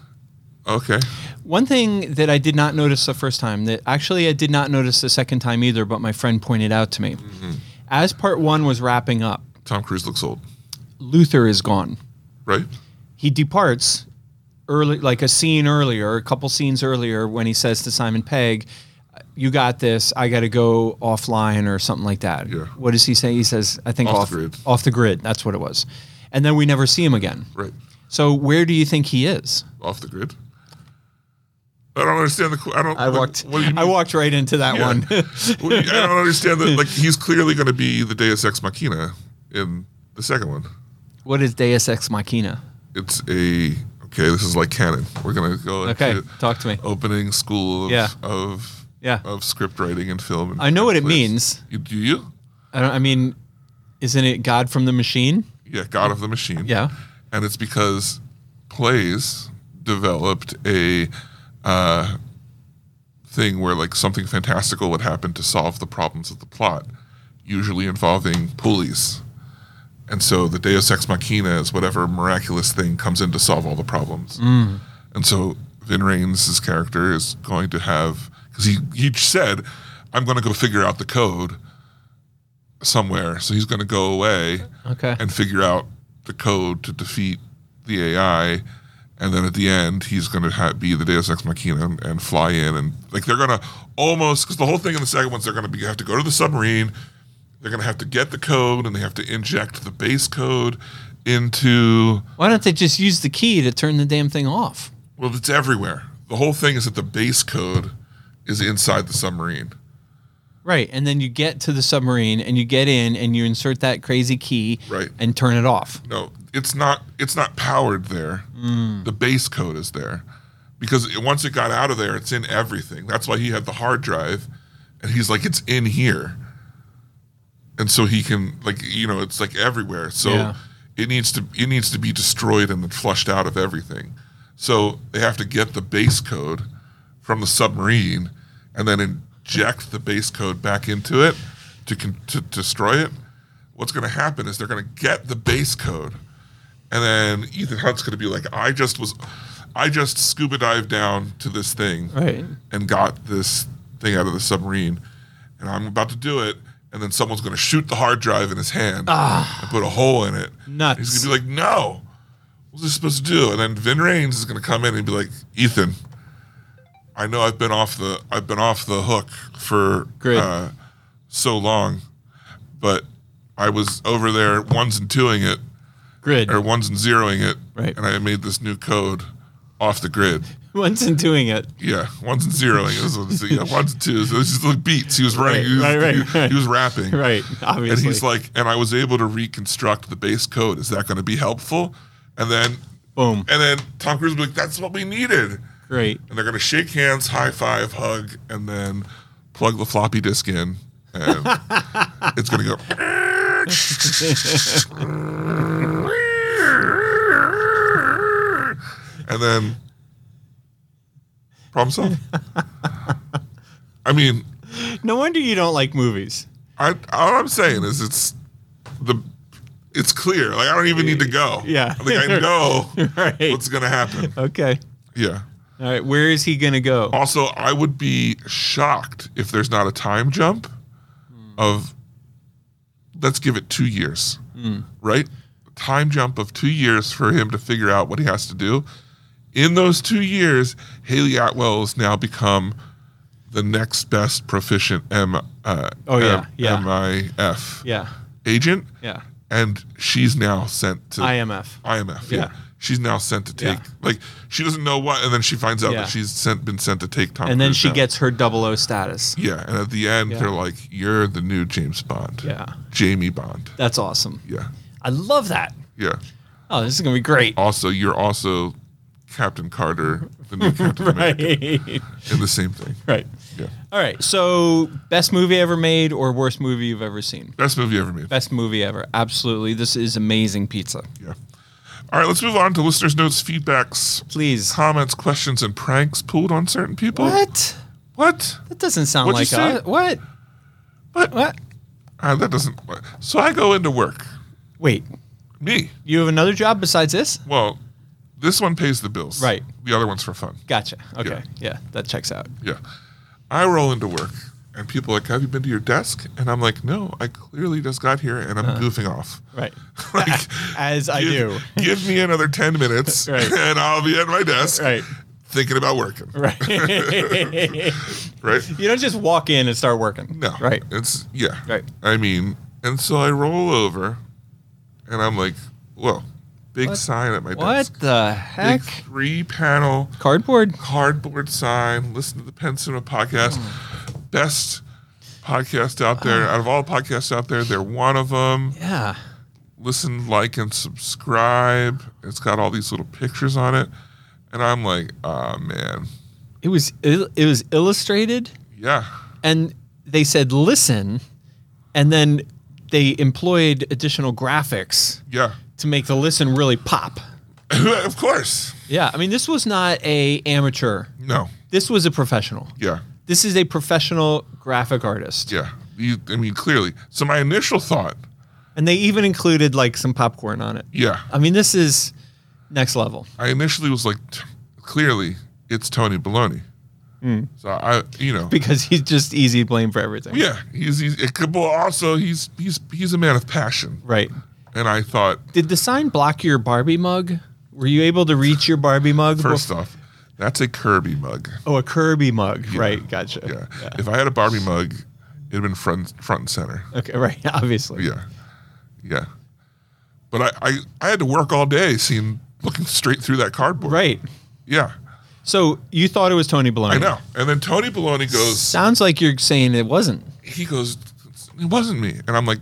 [SPEAKER 3] Oh.
[SPEAKER 2] okay,
[SPEAKER 3] One thing that I did not notice the first time, that actually I did not notice the second time either, but my friend pointed out to me.
[SPEAKER 2] Mm-hmm.
[SPEAKER 3] As part one was wrapping up,
[SPEAKER 2] Tom Cruise looks old,
[SPEAKER 3] Luther is gone.
[SPEAKER 2] right?
[SPEAKER 3] He departs early, like a scene earlier, a couple scenes earlier, when he says to Simon Pegg, You got this. I got to go offline or something like that.
[SPEAKER 2] Yeah.
[SPEAKER 3] What does he say? He says, I think
[SPEAKER 2] Off the
[SPEAKER 3] off,
[SPEAKER 2] grid.
[SPEAKER 3] off the grid. That's what it was. And then we never see him again.
[SPEAKER 2] Right,
[SPEAKER 3] So where do you think he is?
[SPEAKER 2] off the grid. I don't understand the. qu- I don't.
[SPEAKER 3] I
[SPEAKER 2] what-
[SPEAKER 3] walked.
[SPEAKER 2] What do you mean?
[SPEAKER 3] I walked right into that
[SPEAKER 2] Yeah.
[SPEAKER 3] one. (laughs)
[SPEAKER 2] Well, I don't understand that. Like, he's clearly going to be the Deus Ex Machina in the second one.
[SPEAKER 3] what is Deus Ex Machina?
[SPEAKER 2] It's a Okay, this is like canon. We're gonna go
[SPEAKER 3] Okay,
[SPEAKER 2] into
[SPEAKER 3] talk to me.
[SPEAKER 2] opening school of
[SPEAKER 3] Yeah.
[SPEAKER 2] of,
[SPEAKER 3] Yeah.
[SPEAKER 2] of script writing and film. And
[SPEAKER 3] I know what it
[SPEAKER 2] Please.
[SPEAKER 3] means.
[SPEAKER 2] You, do you?
[SPEAKER 3] I don't. I mean, isn't it God from the machine?
[SPEAKER 2] Yeah, God of the Machine.
[SPEAKER 3] Yeah.
[SPEAKER 2] and it's because plays developed a uh, thing where like something fantastical would happen to solve the problems of the plot, usually involving pulleys. And so the Deus Ex Machina is whatever miraculous thing comes in to solve all the problems. And so Vin Raines' character is going to have because he he said, "I'm going to go figure out the code somewhere." So he's going to go away
[SPEAKER 3] Okay.
[SPEAKER 2] and figure out the code to defeat the AI. And then at the end, he's going to ha- be the Deus Ex Machina and, and fly in. And like they're going to almost, because the whole thing in the second one's they're going to be, have to go to the submarine. They're going to have to get the code and they have to inject the base code into,
[SPEAKER 3] Why don't they just use the key to turn the damn thing off?
[SPEAKER 2] well, it's everywhere. The whole thing is that the base code is inside the submarine.
[SPEAKER 3] Right, and then you get to the submarine and you get in and you insert that crazy key
[SPEAKER 2] Right.
[SPEAKER 3] and turn it off.
[SPEAKER 2] no it's not it's not powered there the base code is there because it, once it got out of there it's in everything that's why he had the hard drive and he's like it's in here and so he can like you know it's like everywhere so
[SPEAKER 3] Yeah.
[SPEAKER 2] it needs to it needs to be destroyed and then flushed out of everything so they have to get the base code from the submarine and then inject the base code back into it to con- to destroy it what's going to happen is they're going to get the base code and then ethan hunt's going to be like i just was i just scuba dived down to this thing
[SPEAKER 3] Right.
[SPEAKER 2] and got this thing out of the submarine and i'm about to do it and then someone's going to shoot the hard drive in his hand and put a hole in it
[SPEAKER 3] Ah. Nuts.
[SPEAKER 2] he's going to be like no what's this supposed to do and then vin rains is going to come in and be like ethan i know i've been off the i've been off the hook for
[SPEAKER 3] Great.
[SPEAKER 2] uh, so long but i was over there ones and twoing it
[SPEAKER 3] Grid. (laughs)
[SPEAKER 2] or ones and zeroing it
[SPEAKER 3] Right.
[SPEAKER 2] and i made this new code off the grid
[SPEAKER 3] Once in doing it.
[SPEAKER 2] yeah, ones and zeroing. It was, it was-
[SPEAKER 3] (laughs)
[SPEAKER 2] yeah, ones and twos. It was just like beats. He was running. he, was,
[SPEAKER 3] Right, right, right,
[SPEAKER 2] he-
[SPEAKER 3] right.
[SPEAKER 2] he was rapping.
[SPEAKER 3] (laughs) Right,
[SPEAKER 2] And
[SPEAKER 3] obviously.
[SPEAKER 2] he's like, and I was able to reconstruct the base code. Is that going to be helpful? And then,
[SPEAKER 3] Boom.
[SPEAKER 2] and then Tom Cruise will be like, that's what we needed.
[SPEAKER 3] Great.
[SPEAKER 2] And they're going to shake hands, high five, hug, and then plug the floppy disk in. And
[SPEAKER 3] (laughs)
[SPEAKER 2] it's going to go. (laughs) and then problem solved. I mean,
[SPEAKER 3] No wonder you don't like movies.
[SPEAKER 2] I all I'm saying is it's the it's clear. Like I don't even need to go.
[SPEAKER 3] Yeah.
[SPEAKER 2] like I know
[SPEAKER 3] (laughs) Right.
[SPEAKER 2] what's gonna happen.
[SPEAKER 3] Okay.
[SPEAKER 2] Yeah.
[SPEAKER 3] All right. Where is he gonna go?
[SPEAKER 2] Also, I would be shocked if there's not a time jump of let's give it two years,
[SPEAKER 3] Hmm.
[SPEAKER 2] right? Time jump of two years for him to figure out what he has to do. In those two years, Haley Atwell has now become the next best proficient M, uh,
[SPEAKER 3] Oh, yeah,
[SPEAKER 2] M-
[SPEAKER 3] yeah.
[SPEAKER 2] MIF
[SPEAKER 3] Yeah.
[SPEAKER 2] agent.
[SPEAKER 3] Yeah.
[SPEAKER 2] And she's now sent to
[SPEAKER 3] IMF.
[SPEAKER 2] IMF. Yeah.
[SPEAKER 3] Yeah.
[SPEAKER 2] She's now sent to take
[SPEAKER 3] Yeah.
[SPEAKER 2] like she doesn't know what, and then she finds out
[SPEAKER 3] Yeah.
[SPEAKER 2] that she's sent been sent to take Tom.
[SPEAKER 3] And then
[SPEAKER 2] Cruise
[SPEAKER 3] she
[SPEAKER 2] down.
[SPEAKER 3] gets her double O status.
[SPEAKER 2] yeah, and at the end
[SPEAKER 3] Yeah.
[SPEAKER 2] they're like, "You're the new James Bond."
[SPEAKER 3] Yeah.
[SPEAKER 2] Jamie Bond.
[SPEAKER 3] That's awesome.
[SPEAKER 2] Yeah,
[SPEAKER 3] I love that.
[SPEAKER 2] yeah.
[SPEAKER 3] Oh, this is gonna
[SPEAKER 2] (laughs)
[SPEAKER 3] be great. (laughs)
[SPEAKER 2] Also, you're also Captain Carter, the
[SPEAKER 3] (laughs)
[SPEAKER 2] new Captain America,
[SPEAKER 3] Right.
[SPEAKER 2] in the same thing.
[SPEAKER 3] right.
[SPEAKER 2] Yeah,
[SPEAKER 3] All right. So, best movie ever made or worst movie you've ever seen?
[SPEAKER 2] best movie ever made.
[SPEAKER 3] Best movie ever. Absolutely. This is amazing pizza.
[SPEAKER 2] Yeah. All right, let's move on to listeners' notes, feedbacks,
[SPEAKER 3] Please.
[SPEAKER 2] comments, questions, and pranks pulled on certain people.
[SPEAKER 3] What?
[SPEAKER 2] What?
[SPEAKER 3] That doesn't sound
[SPEAKER 2] What'd you
[SPEAKER 3] like
[SPEAKER 2] say?
[SPEAKER 3] us. What?
[SPEAKER 2] What?
[SPEAKER 3] What?
[SPEAKER 2] Uh, that doesn't. So I go into work.
[SPEAKER 3] Wait.
[SPEAKER 2] Me.
[SPEAKER 3] You have another job besides this?
[SPEAKER 2] Well, this one pays the bills.
[SPEAKER 3] Right.
[SPEAKER 2] The other one's for fun.
[SPEAKER 3] Gotcha. Okay. yeah that checks out.
[SPEAKER 2] Yeah. I roll into work and people are like, Have you been to your desk? And I'm like, No, I clearly just got here and I'm goofing
[SPEAKER 3] (laughs)
[SPEAKER 2] off.
[SPEAKER 3] Right.
[SPEAKER 2] (laughs) Like,
[SPEAKER 3] (laughs) As Uh-huh. I
[SPEAKER 2] give,
[SPEAKER 3] do.
[SPEAKER 2] Give me another 10 minutes
[SPEAKER 3] (laughs) Right.
[SPEAKER 2] and I'll be at my desk
[SPEAKER 3] Right.
[SPEAKER 2] thinking about working.
[SPEAKER 3] (laughs) Right.
[SPEAKER 2] Right.
[SPEAKER 3] you don't just walk in and start working.
[SPEAKER 2] No.
[SPEAKER 3] Right.
[SPEAKER 2] It's, yeah.
[SPEAKER 3] Right.
[SPEAKER 2] I mean, and so I roll over and I'm like, Whoa, big sign at my
[SPEAKER 3] What
[SPEAKER 2] desk.
[SPEAKER 3] the
[SPEAKER 2] Big
[SPEAKER 3] heck?
[SPEAKER 2] three panel
[SPEAKER 3] Cardboard.
[SPEAKER 2] cardboard sign. Listen to the Penn Cinema podcast. Best podcast out there. out of all podcasts out there, they're one of them.
[SPEAKER 3] Yeah.
[SPEAKER 2] Listen, like, and subscribe. It's got all these little pictures on it. And I'm like, ah, man.
[SPEAKER 3] It was il- it was illustrated,
[SPEAKER 2] Yeah.
[SPEAKER 3] and they said listen, and then they employed additional graphics
[SPEAKER 2] Yeah. (coughs)
[SPEAKER 3] to make the listen really pop.
[SPEAKER 2] of course.
[SPEAKER 3] Yeah, I mean this was not a amateur.
[SPEAKER 2] No.
[SPEAKER 3] This was a professional.
[SPEAKER 2] Yeah.
[SPEAKER 3] This is a professional graphic artist.
[SPEAKER 2] Yeah. You, I mean, clearly. So my initial thought,
[SPEAKER 3] And they even included like some popcorn on it.
[SPEAKER 2] yeah,
[SPEAKER 3] I mean, this is next level. (laughs)
[SPEAKER 2] I initially was like, "T- clearly, it's Tony Baloney. So I, you know,
[SPEAKER 3] because he's just easy to blame for everything.
[SPEAKER 2] yeah, he's he's it could, but also he's he's he's a man of passion,
[SPEAKER 3] Right.
[SPEAKER 2] and I thought
[SPEAKER 3] Did the sign block your Barbie mug? Were you able to reach your Barbie mug?
[SPEAKER 2] first off, that's a Kirby mug.
[SPEAKER 3] oh, a Kirby mug. Right. Gotcha.
[SPEAKER 2] Yeah. If I had a Barbie mug, it'd have been front front and center.
[SPEAKER 3] Okay. Right. (laughs) Obviously.
[SPEAKER 2] Yeah. Yeah. But I, I, I had to work all day seeing looking straight through that cardboard.
[SPEAKER 3] Right.
[SPEAKER 2] Yeah.
[SPEAKER 3] So you thought it was Tony Baloney.
[SPEAKER 2] I know. And then Tony Baloney goes
[SPEAKER 3] Sounds like you're saying it wasn't.
[SPEAKER 2] he goes it wasn't me. And I'm like,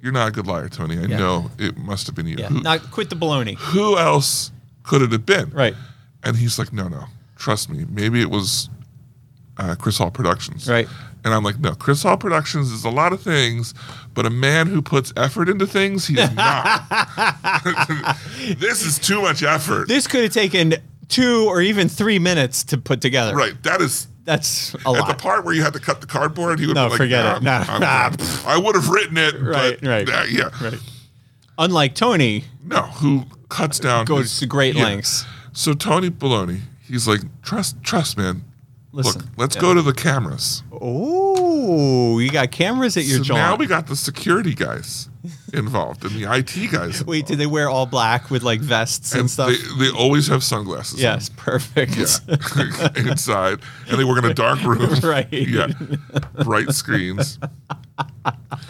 [SPEAKER 2] You're not a good liar, Tony. I know it must have been you.
[SPEAKER 3] Yeah.
[SPEAKER 2] Who,
[SPEAKER 3] Not quit the baloney.
[SPEAKER 2] who else could it have been?
[SPEAKER 3] Right.
[SPEAKER 2] And he's like, No, no, trust me. Maybe it was uh, Chris Hall Productions.
[SPEAKER 3] Right.
[SPEAKER 2] And I'm like, no, Chris Hall Productions is a lot of things, but a man who puts effort into things, he is not. (laughs) this is too much effort.
[SPEAKER 3] This could have taken two or even three minutes to put together.
[SPEAKER 2] Right. That is
[SPEAKER 3] That's a
[SPEAKER 2] at the
[SPEAKER 3] lot.
[SPEAKER 2] part where you had to cut the cardboard. He would
[SPEAKER 3] No,
[SPEAKER 2] be like,
[SPEAKER 3] forget
[SPEAKER 2] "Nah,
[SPEAKER 3] it. Nah,
[SPEAKER 2] I'm
[SPEAKER 3] nah,
[SPEAKER 2] good." I would have written it.
[SPEAKER 3] Right,
[SPEAKER 2] but,
[SPEAKER 3] right.
[SPEAKER 2] uh, yeah.
[SPEAKER 3] right. Unlike Tony,
[SPEAKER 2] No. Who cuts down?
[SPEAKER 3] goes
[SPEAKER 2] his-
[SPEAKER 3] to great
[SPEAKER 2] yeah.
[SPEAKER 3] lengths.
[SPEAKER 2] So Tony Baloney, he's like, trust, trust, man.
[SPEAKER 3] Listen.
[SPEAKER 2] Look, let's go to the cameras.
[SPEAKER 3] Oh, you got cameras at your
[SPEAKER 2] so
[SPEAKER 3] job.
[SPEAKER 2] now we got the security guys involved and the IT guys.
[SPEAKER 3] Wait, did they wear all black with like vests and,
[SPEAKER 2] and
[SPEAKER 3] stuff?
[SPEAKER 2] They, they always have sunglasses. on.
[SPEAKER 3] yes, perfect. (laughs)
[SPEAKER 2] Yeah. (laughs) Inside. And they work in a dark room.
[SPEAKER 3] Right.
[SPEAKER 2] Yeah. Bright screens. (laughs)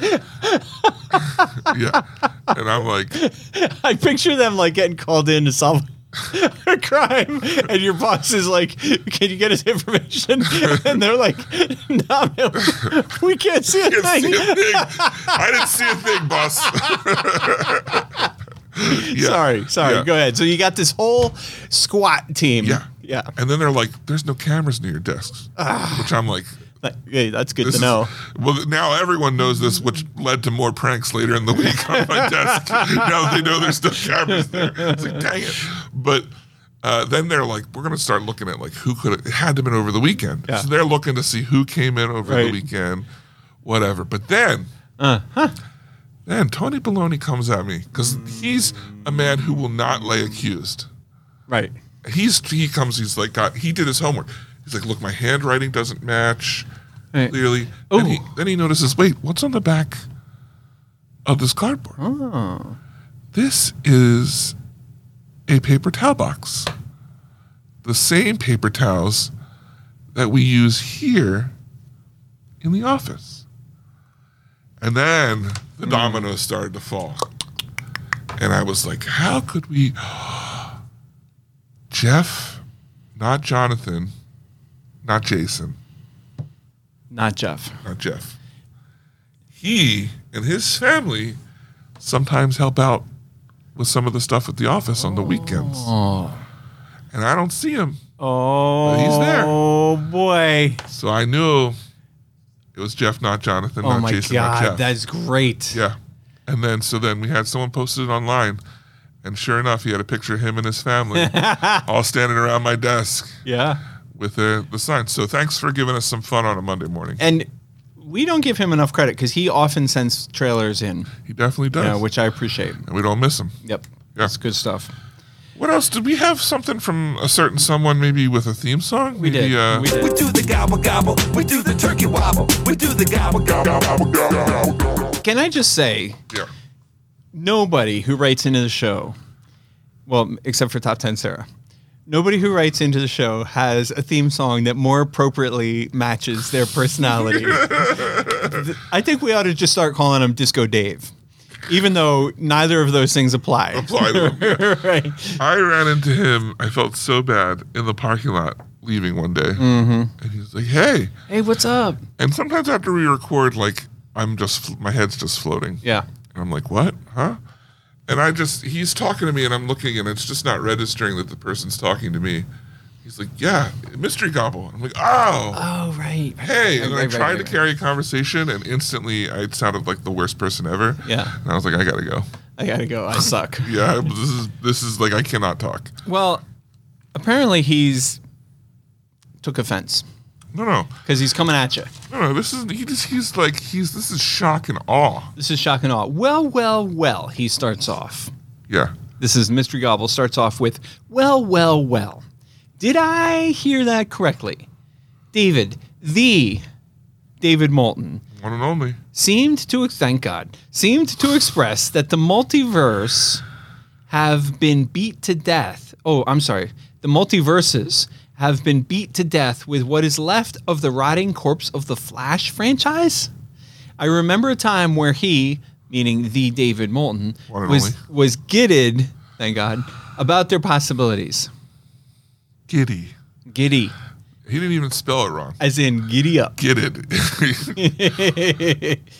[SPEAKER 2] yeah. And I'm like,
[SPEAKER 3] (laughs) I picture them like getting called in to solve (laughs) a crime, and your boss is like, "Can you get us information?" (laughs) And they're like, "No, man, we can't see
[SPEAKER 2] I
[SPEAKER 3] a
[SPEAKER 2] didn't see
[SPEAKER 3] thing."
[SPEAKER 2] a thing. I didn't see a thing, boss. (laughs) yeah.
[SPEAKER 3] (laughs) Sorry, sorry.
[SPEAKER 2] Yeah.
[SPEAKER 3] Go ahead. So you got this whole squat team.
[SPEAKER 2] Yeah.
[SPEAKER 3] yeah.
[SPEAKER 2] And then they're like, there's no cameras near your desks.
[SPEAKER 3] Ah.
[SPEAKER 2] which I'm like,
[SPEAKER 3] That- yeah, that's good
[SPEAKER 2] this is-
[SPEAKER 3] to know.
[SPEAKER 2] well, now everyone knows this, which led to more pranks later in the week on
[SPEAKER 3] (laughs)
[SPEAKER 2] my desk. Now that they know there's still cameras there. It's like, dang it. But uh, then they're like, we're going to start looking at like who could it had to been over the weekend.
[SPEAKER 3] Yeah.
[SPEAKER 2] So they're looking to see who came in over the
[SPEAKER 3] Right. Uh-huh.
[SPEAKER 2] weekend, whatever. But then, then Tony Baloney comes at me because he's a man who will not lay accused
[SPEAKER 3] Right.
[SPEAKER 2] he's he comes he's like God, he did his homework he's like look my handwriting doesn't match
[SPEAKER 3] Right.
[SPEAKER 2] clearly then he,
[SPEAKER 3] Ooh.
[SPEAKER 2] then he notices wait what's on the back of this cardboard
[SPEAKER 3] Oh.
[SPEAKER 2] this is a paper towel box the same paper towels that we use here in the office and then the
[SPEAKER 3] Hmm.
[SPEAKER 2] dominoes started to fall and i was like how could we (gasps) Jeff, not Jonathan, not Jason,
[SPEAKER 3] Not Jeff.
[SPEAKER 2] not Uh, Jeff. He and his family sometimes help out with some of the stuff at the office on the weekends. And I don't see him.
[SPEAKER 3] Oh,
[SPEAKER 2] he's there.
[SPEAKER 3] Oh boy.
[SPEAKER 2] So I knew it was Jeff, not Jonathan,
[SPEAKER 3] Oh
[SPEAKER 2] not
[SPEAKER 3] my
[SPEAKER 2] Jason, not Jeff.
[SPEAKER 3] god, that's great.
[SPEAKER 2] yeah. And then, so then we had someone posted it online. And sure enough, he had a picture of him and his
[SPEAKER 3] (laughs)
[SPEAKER 2] family all standing around my desk
[SPEAKER 3] Yeah.
[SPEAKER 2] with the, the sign. So thanks for giving us some fun on a Monday morning.
[SPEAKER 3] And we don't give him enough credit because he often sends trailers in,
[SPEAKER 2] He definitely does.
[SPEAKER 3] you know, which I appreciate.
[SPEAKER 2] and we don't miss him.
[SPEAKER 3] Yep.
[SPEAKER 2] Yeah.
[SPEAKER 3] That's good stuff.
[SPEAKER 2] What else? Did we have something from a certain someone, maybe with a theme song?
[SPEAKER 3] We did.
[SPEAKER 2] Uh,
[SPEAKER 3] we did.
[SPEAKER 4] do the gobble gobble. We do the turkey wobble. We do the gobble gobble.
[SPEAKER 3] Can I just say,
[SPEAKER 2] yeah.
[SPEAKER 3] nobody who writes into the show, well, except for Top 10 Sarah, nobody who writes into the show has a theme song that more appropriately matches their
[SPEAKER 2] (laughs)
[SPEAKER 3] personality. Th- I think we ought to just start calling him Disco Dave, even though neither of those things apply. (laughs)
[SPEAKER 2] Apply to him,
[SPEAKER 3] right.
[SPEAKER 2] I ran into him. I felt so bad in the parking lot leaving one day. Mm-hmm. And he's like, hey.
[SPEAKER 3] Hey, what's up?
[SPEAKER 2] And sometimes after we record, like, I'm just, fl- my head's just floating.
[SPEAKER 3] Yeah.
[SPEAKER 2] And I'm like, what? Huh? And I just, he's talking to me and I'm looking and it's just not registering that the person's talking to me. He's like, yeah, mystery gobble. I'm like, oh,
[SPEAKER 3] Oh right.
[SPEAKER 2] hey. And then I
[SPEAKER 3] Right, right,
[SPEAKER 2] tried
[SPEAKER 3] right,
[SPEAKER 2] to carry a conversation, and instantly I sounded like the worst person ever.
[SPEAKER 3] Yeah.
[SPEAKER 2] And I was like, I gotta go.
[SPEAKER 3] I gotta go. I suck.
[SPEAKER 2] Yeah, this is this is like I cannot talk.
[SPEAKER 3] well, apparently he's took offense
[SPEAKER 2] No, no,
[SPEAKER 3] because he's coming at you.
[SPEAKER 2] no, no. This is he just he's like he's this is shock and awe.
[SPEAKER 3] This is shock and awe. Well, well, well. He starts off.
[SPEAKER 2] Yeah.
[SPEAKER 3] This is Mystery Gobble starts off with, well, well, well. Did I hear that correctly? David, the David Moulton,
[SPEAKER 2] One and only.
[SPEAKER 3] seemed to, thank God, seemed to express that the multiverse have been beat to death. Oh, I'm sorry. The multiverses have been beat to death with what is left of the rotting corpse of the Flash franchise. I remember a time where he, meaning the David Moulton,
[SPEAKER 2] One and
[SPEAKER 3] was
[SPEAKER 2] only.
[SPEAKER 3] was giddy, thank God, about their possibilities.
[SPEAKER 2] Giddy.
[SPEAKER 3] Giddy,
[SPEAKER 2] He didn't even spell it wrong.
[SPEAKER 3] as in giddy up.
[SPEAKER 2] Get (laughs) it.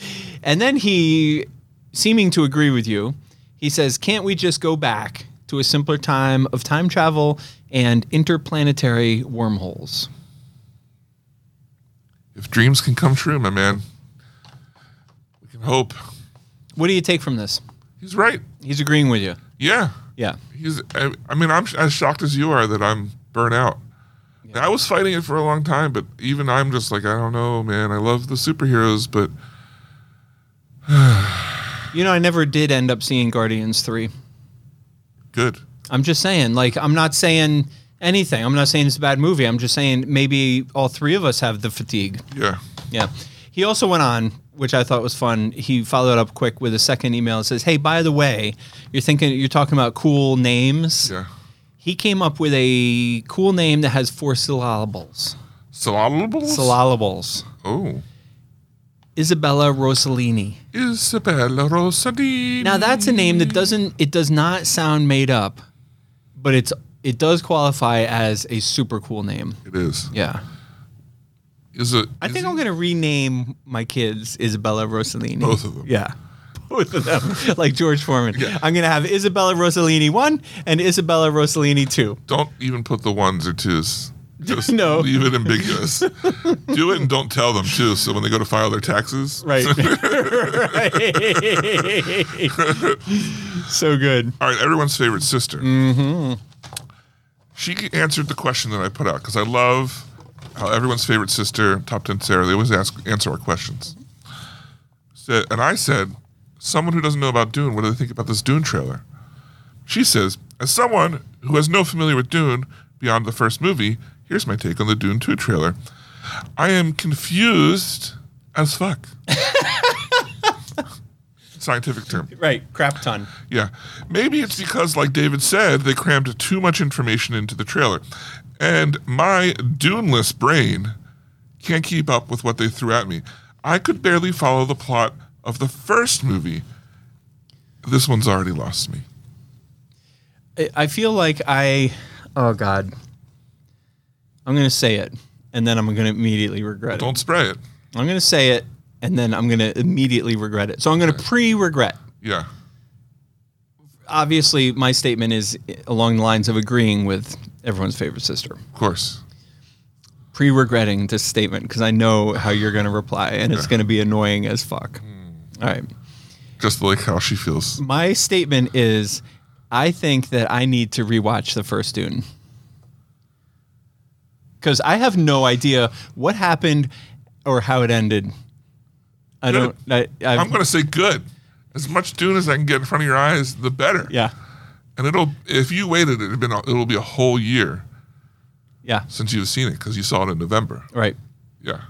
[SPEAKER 3] (laughs) and then he, seeming to agree with you, he says, Can't we just go back to a simpler time of time travel and interplanetary wormholes?
[SPEAKER 2] if dreams can come true, my man, we can hope.
[SPEAKER 3] What do you take from this?
[SPEAKER 2] He's right.
[SPEAKER 3] He's agreeing with you.
[SPEAKER 2] Yeah.
[SPEAKER 3] Yeah.
[SPEAKER 2] He's. I, I mean, I'm sh- as shocked as you are that I'm burnt out. And I was fighting it for a long time, but even I'm just like, I don't know, man. I love the superheroes, but
[SPEAKER 3] You know, I never did end up seeing Guardians 3.
[SPEAKER 2] good.
[SPEAKER 3] I'm just saying, like, I'm not saying anything. I'm not saying it's a bad movie. I'm just saying maybe all three of us have the fatigue.
[SPEAKER 2] Yeah.
[SPEAKER 3] Yeah. He also went on, which I thought was fun. He followed up quick with a second email that says, Hey, by the way, you're thinking you're talking about cool names.
[SPEAKER 2] Yeah.
[SPEAKER 3] He came up with a cool name that has four syllables.
[SPEAKER 2] Syllables.
[SPEAKER 3] Syllables.
[SPEAKER 2] oh.
[SPEAKER 3] Isabella Rossellini.
[SPEAKER 2] Isabella Rossellini.
[SPEAKER 3] Now that's a name that doesn't it does not sound made up, but it's it does qualify as a super cool name.
[SPEAKER 2] It is.
[SPEAKER 3] Yeah.
[SPEAKER 2] Is it?
[SPEAKER 3] I
[SPEAKER 2] is
[SPEAKER 3] think
[SPEAKER 2] it-
[SPEAKER 3] I'm gonna rename my kids Isabella Rossellini.
[SPEAKER 2] Both of them.
[SPEAKER 3] Yeah. Both of them. (laughs) like George Foreman. I'm gonna have Isabella Rossellini one and Isabella Rossellini two.
[SPEAKER 2] Don't even put the ones or
[SPEAKER 3] (laughs)
[SPEAKER 2] twos. Just
[SPEAKER 3] No.
[SPEAKER 2] leave it
[SPEAKER 3] (laughs)
[SPEAKER 2] ambiguous. Do it and don't tell them too. So when they go to file their taxes, (laughs)
[SPEAKER 3] Right. so good.
[SPEAKER 2] All right, everyone's favorite sister. Mm-hmm. She answered the question that I put out because I love how everyone's favorite sister, top ten Sarah, they always ask answer our questions. So, and I said, someone who doesn't know about Dune, what do they think about this Dune trailer? She says, as someone who has no familiar with Dune beyond the first movie, here's my take on the Dune 2 trailer. I am confused as fuck. Scientific term.
[SPEAKER 3] Right. Crap ton.
[SPEAKER 2] Yeah. Maybe it's because, like David said, they crammed too much information into the trailer. And my duneless brain can't keep up with what they threw at me. I could barely follow the plot of the first movie. This one's already lost me.
[SPEAKER 3] I- I feel like I oh God. I'm gonna say it and then I'm gonna immediately regret it.
[SPEAKER 2] Don't spray it.
[SPEAKER 3] I'm gonna say it and then I'm gonna immediately regret it. So I'm gonna pre regret.
[SPEAKER 2] Yeah.
[SPEAKER 3] obviously my statement is eh, along the lines of agreeing with everyone's favorite sister
[SPEAKER 2] Of course.
[SPEAKER 3] pre-regretting this statement because i know how you're going to reply and it's going to be annoying as fuck
[SPEAKER 2] Hmm.
[SPEAKER 3] all right
[SPEAKER 2] Just like how she feels.
[SPEAKER 3] my statement is i think that i need to rewatch the first dune because i have no idea what happened or how it ended i
[SPEAKER 2] Good.
[SPEAKER 3] don't I, I've,
[SPEAKER 2] I'm going to say good. As much Dune as I can get in front of your eyes, the better.
[SPEAKER 3] yeah
[SPEAKER 2] And it'll if you waited, it'd been it'll be a whole year
[SPEAKER 3] yeah
[SPEAKER 2] since you've seen it because you saw it in November.
[SPEAKER 3] right
[SPEAKER 2] Yeah.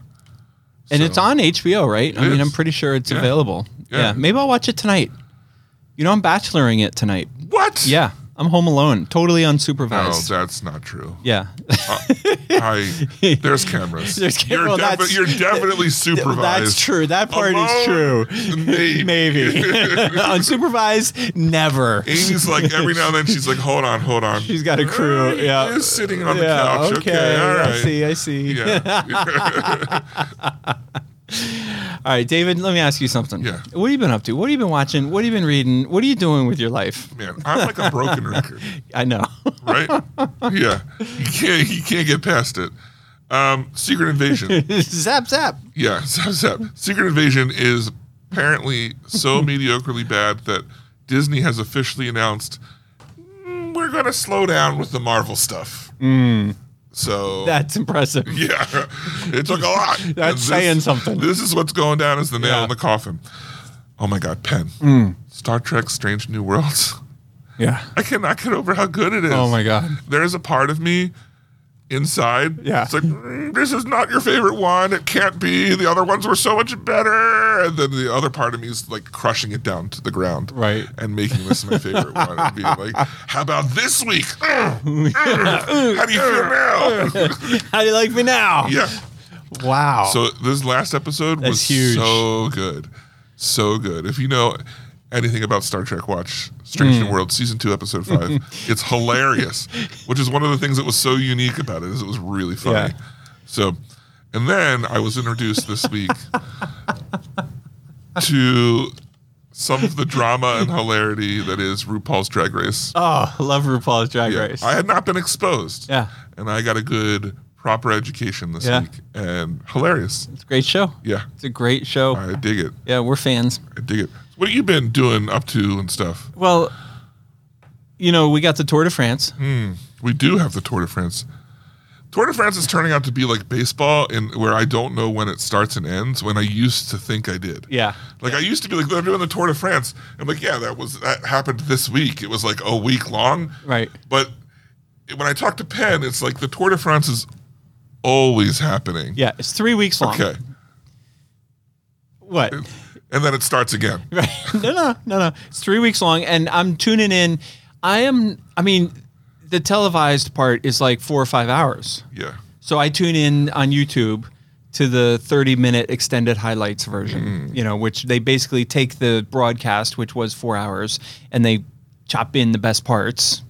[SPEAKER 3] And it's on HBO, right? I mean,
[SPEAKER 2] is.
[SPEAKER 3] I'm pretty sure it's
[SPEAKER 2] Yeah.
[SPEAKER 3] available. Yeah.
[SPEAKER 2] Yeah.
[SPEAKER 3] Maybe I'll watch it tonight. You know, I'm bacheloring it tonight.
[SPEAKER 2] What?
[SPEAKER 3] Yeah. I'm home alone, totally
[SPEAKER 2] No,
[SPEAKER 3] unsupervised.
[SPEAKER 2] that's not
[SPEAKER 3] (laughs)
[SPEAKER 2] true.
[SPEAKER 3] yeah.
[SPEAKER 2] I, there's cameras.
[SPEAKER 3] There's cam-
[SPEAKER 2] You're,
[SPEAKER 3] well,
[SPEAKER 2] defi-
[SPEAKER 3] (laughs) that's-
[SPEAKER 2] you're definitely supervised.
[SPEAKER 3] That's true. That part
[SPEAKER 2] Alone?
[SPEAKER 3] is true.
[SPEAKER 2] Maybe. (laughs)
[SPEAKER 3] (laughs) Maybe. unsupervised, never.
[SPEAKER 2] Amy's like every now and then she's like, hold on, hold on.
[SPEAKER 3] She's got a crew.
[SPEAKER 2] He
[SPEAKER 3] Yeah.
[SPEAKER 2] is sitting on
[SPEAKER 3] yeah,
[SPEAKER 2] the couch. Okay, all right.
[SPEAKER 3] I see. I see.
[SPEAKER 2] Yeah.
[SPEAKER 3] (laughs)
[SPEAKER 2] (laughs)
[SPEAKER 3] All right, David, let me ask you something.
[SPEAKER 2] Yeah.
[SPEAKER 3] What have you been up to? What have you been watching? What have you been reading? What are you doing with your life?
[SPEAKER 2] Man, I'm like a broken record.
[SPEAKER 3] I know. (laughs)
[SPEAKER 2] right? yeah, you can't you can't get past it. Um, Secret
[SPEAKER 3] (laughs)
[SPEAKER 2] Invasion.
[SPEAKER 3] zap zap.
[SPEAKER 2] Yeah, (laughs) zap zap. Secret Invasion is apparently
[SPEAKER 3] (laughs)
[SPEAKER 2] so mediocrely bad that Disney has officially announced "Mm, we're going to slow down with the Marvel stuff.
[SPEAKER 3] Mm.
[SPEAKER 2] So
[SPEAKER 3] That's impressive.
[SPEAKER 2] (laughs) yeah, it took a lot. And
[SPEAKER 3] (laughs) That's saying something.
[SPEAKER 2] This is what's going down as the nail
[SPEAKER 3] Yeah. Mm.
[SPEAKER 2] in the coffin. Oh my God, Penn. Star Trek: Strange New Worlds. (laughs)
[SPEAKER 3] Yeah.
[SPEAKER 2] I cannot get over how good it is.
[SPEAKER 3] Oh my God.
[SPEAKER 2] There is a part of me inside.
[SPEAKER 3] Yeah.
[SPEAKER 2] It's like, "Mm, this is not your favorite one. It can't be. The other ones were so much better. And then the other part of me is like crushing it down to the ground.
[SPEAKER 3] Right.
[SPEAKER 2] And making this my favorite one. And being like, how about this
[SPEAKER 3] (laughs)
[SPEAKER 2] week? Mm, mm, how do you feel now?
[SPEAKER 3] (laughs) (laughs) How do you like me now?
[SPEAKER 2] yeah.
[SPEAKER 3] Wow.
[SPEAKER 2] So this last episode
[SPEAKER 3] That's
[SPEAKER 2] was
[SPEAKER 3] huge.
[SPEAKER 2] so good. So good. If you know anything about Star Trek, watch Strange
[SPEAKER 3] Hmm.
[SPEAKER 2] New World season 2 episode
[SPEAKER 3] (laughs)
[SPEAKER 2] 5. it's hilarious, which is one of the things that was so unique about it is it was really funny.
[SPEAKER 3] Yeah.
[SPEAKER 2] So and then I was introduced this week to some of the drama and hilarity that is RuPaul's Drag Race.
[SPEAKER 3] oh, (laughs) I love RuPaul's Drag
[SPEAKER 2] Yeah.
[SPEAKER 3] Race.
[SPEAKER 2] I had not been exposed.
[SPEAKER 3] Yeah.
[SPEAKER 2] And I got a good proper education this
[SPEAKER 3] Yeah.
[SPEAKER 2] week and hilarious.
[SPEAKER 3] it's a great show.
[SPEAKER 2] Yeah.
[SPEAKER 3] It's a great show.
[SPEAKER 2] I dig it.
[SPEAKER 3] Yeah, we're fans.
[SPEAKER 2] I dig it. What have you been doing up to and stuff?
[SPEAKER 3] Well, you know, we got the Tour de France.
[SPEAKER 2] Mm-hmm. We do have the Tour de France. Tour de France is turning out to be like baseball, in where I don't know when it starts and ends. When I used to think I did.
[SPEAKER 3] Yeah.
[SPEAKER 2] Like I used to be like they're doing the Tour de France. I'm like, yeah, that was that happened this week. It was like a week long.
[SPEAKER 3] Right.
[SPEAKER 2] But when I talk to Penn, it's like the Tour de France is always happening.
[SPEAKER 3] Yeah, it's three weeks long.
[SPEAKER 2] Okay.
[SPEAKER 3] What?
[SPEAKER 2] And then it starts again.
[SPEAKER 3] (laughs) Right. No, no, no, no. It's three weeks long, and I'm tuning in. I am. I mean, the televised part is like four or five hours.
[SPEAKER 2] Yeah.
[SPEAKER 3] So I tune in on YouTube to the 30 minute extended highlights version, you know, which they basically take the broadcast, which was four hours, and they chop in the best parts,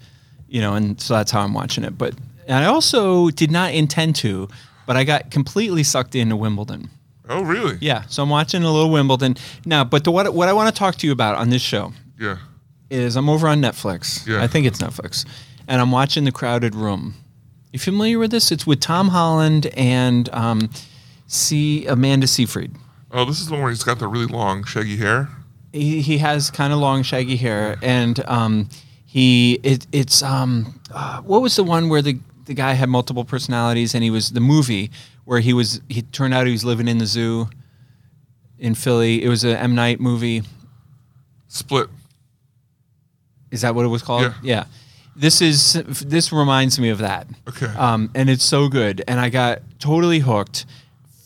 [SPEAKER 3] you know, and so that's how I'm watching it. But and I also did not intend to, but I got completely sucked into Wimbledon.
[SPEAKER 2] Oh, really?
[SPEAKER 3] Yeah, so I'm watching a little Wimbledon now. But the, what what I want to talk to you about on this show
[SPEAKER 2] Yeah.
[SPEAKER 3] is I'm over on Netflix.
[SPEAKER 2] Yeah.
[SPEAKER 3] I think it's Netflix, and I'm watching The Crowded Room. You familiar with this? It's with Tom Holland and um, see Amanda Seyfried.
[SPEAKER 2] Oh, this is the one where he's got the really long, shaggy hair.
[SPEAKER 3] He, he has kind of long, shaggy hair, and um, he it, it's um, uh, what was the one where the the guy had multiple personalities, and he was the movie where he was he turned out he was living in the zoo in Philly. It was a M Night movie.
[SPEAKER 2] Split.
[SPEAKER 3] Is that what it was called?
[SPEAKER 2] Yeah.
[SPEAKER 3] This is this reminds me of that.
[SPEAKER 2] Okay.
[SPEAKER 3] Um, and it's so good, and I got totally hooked,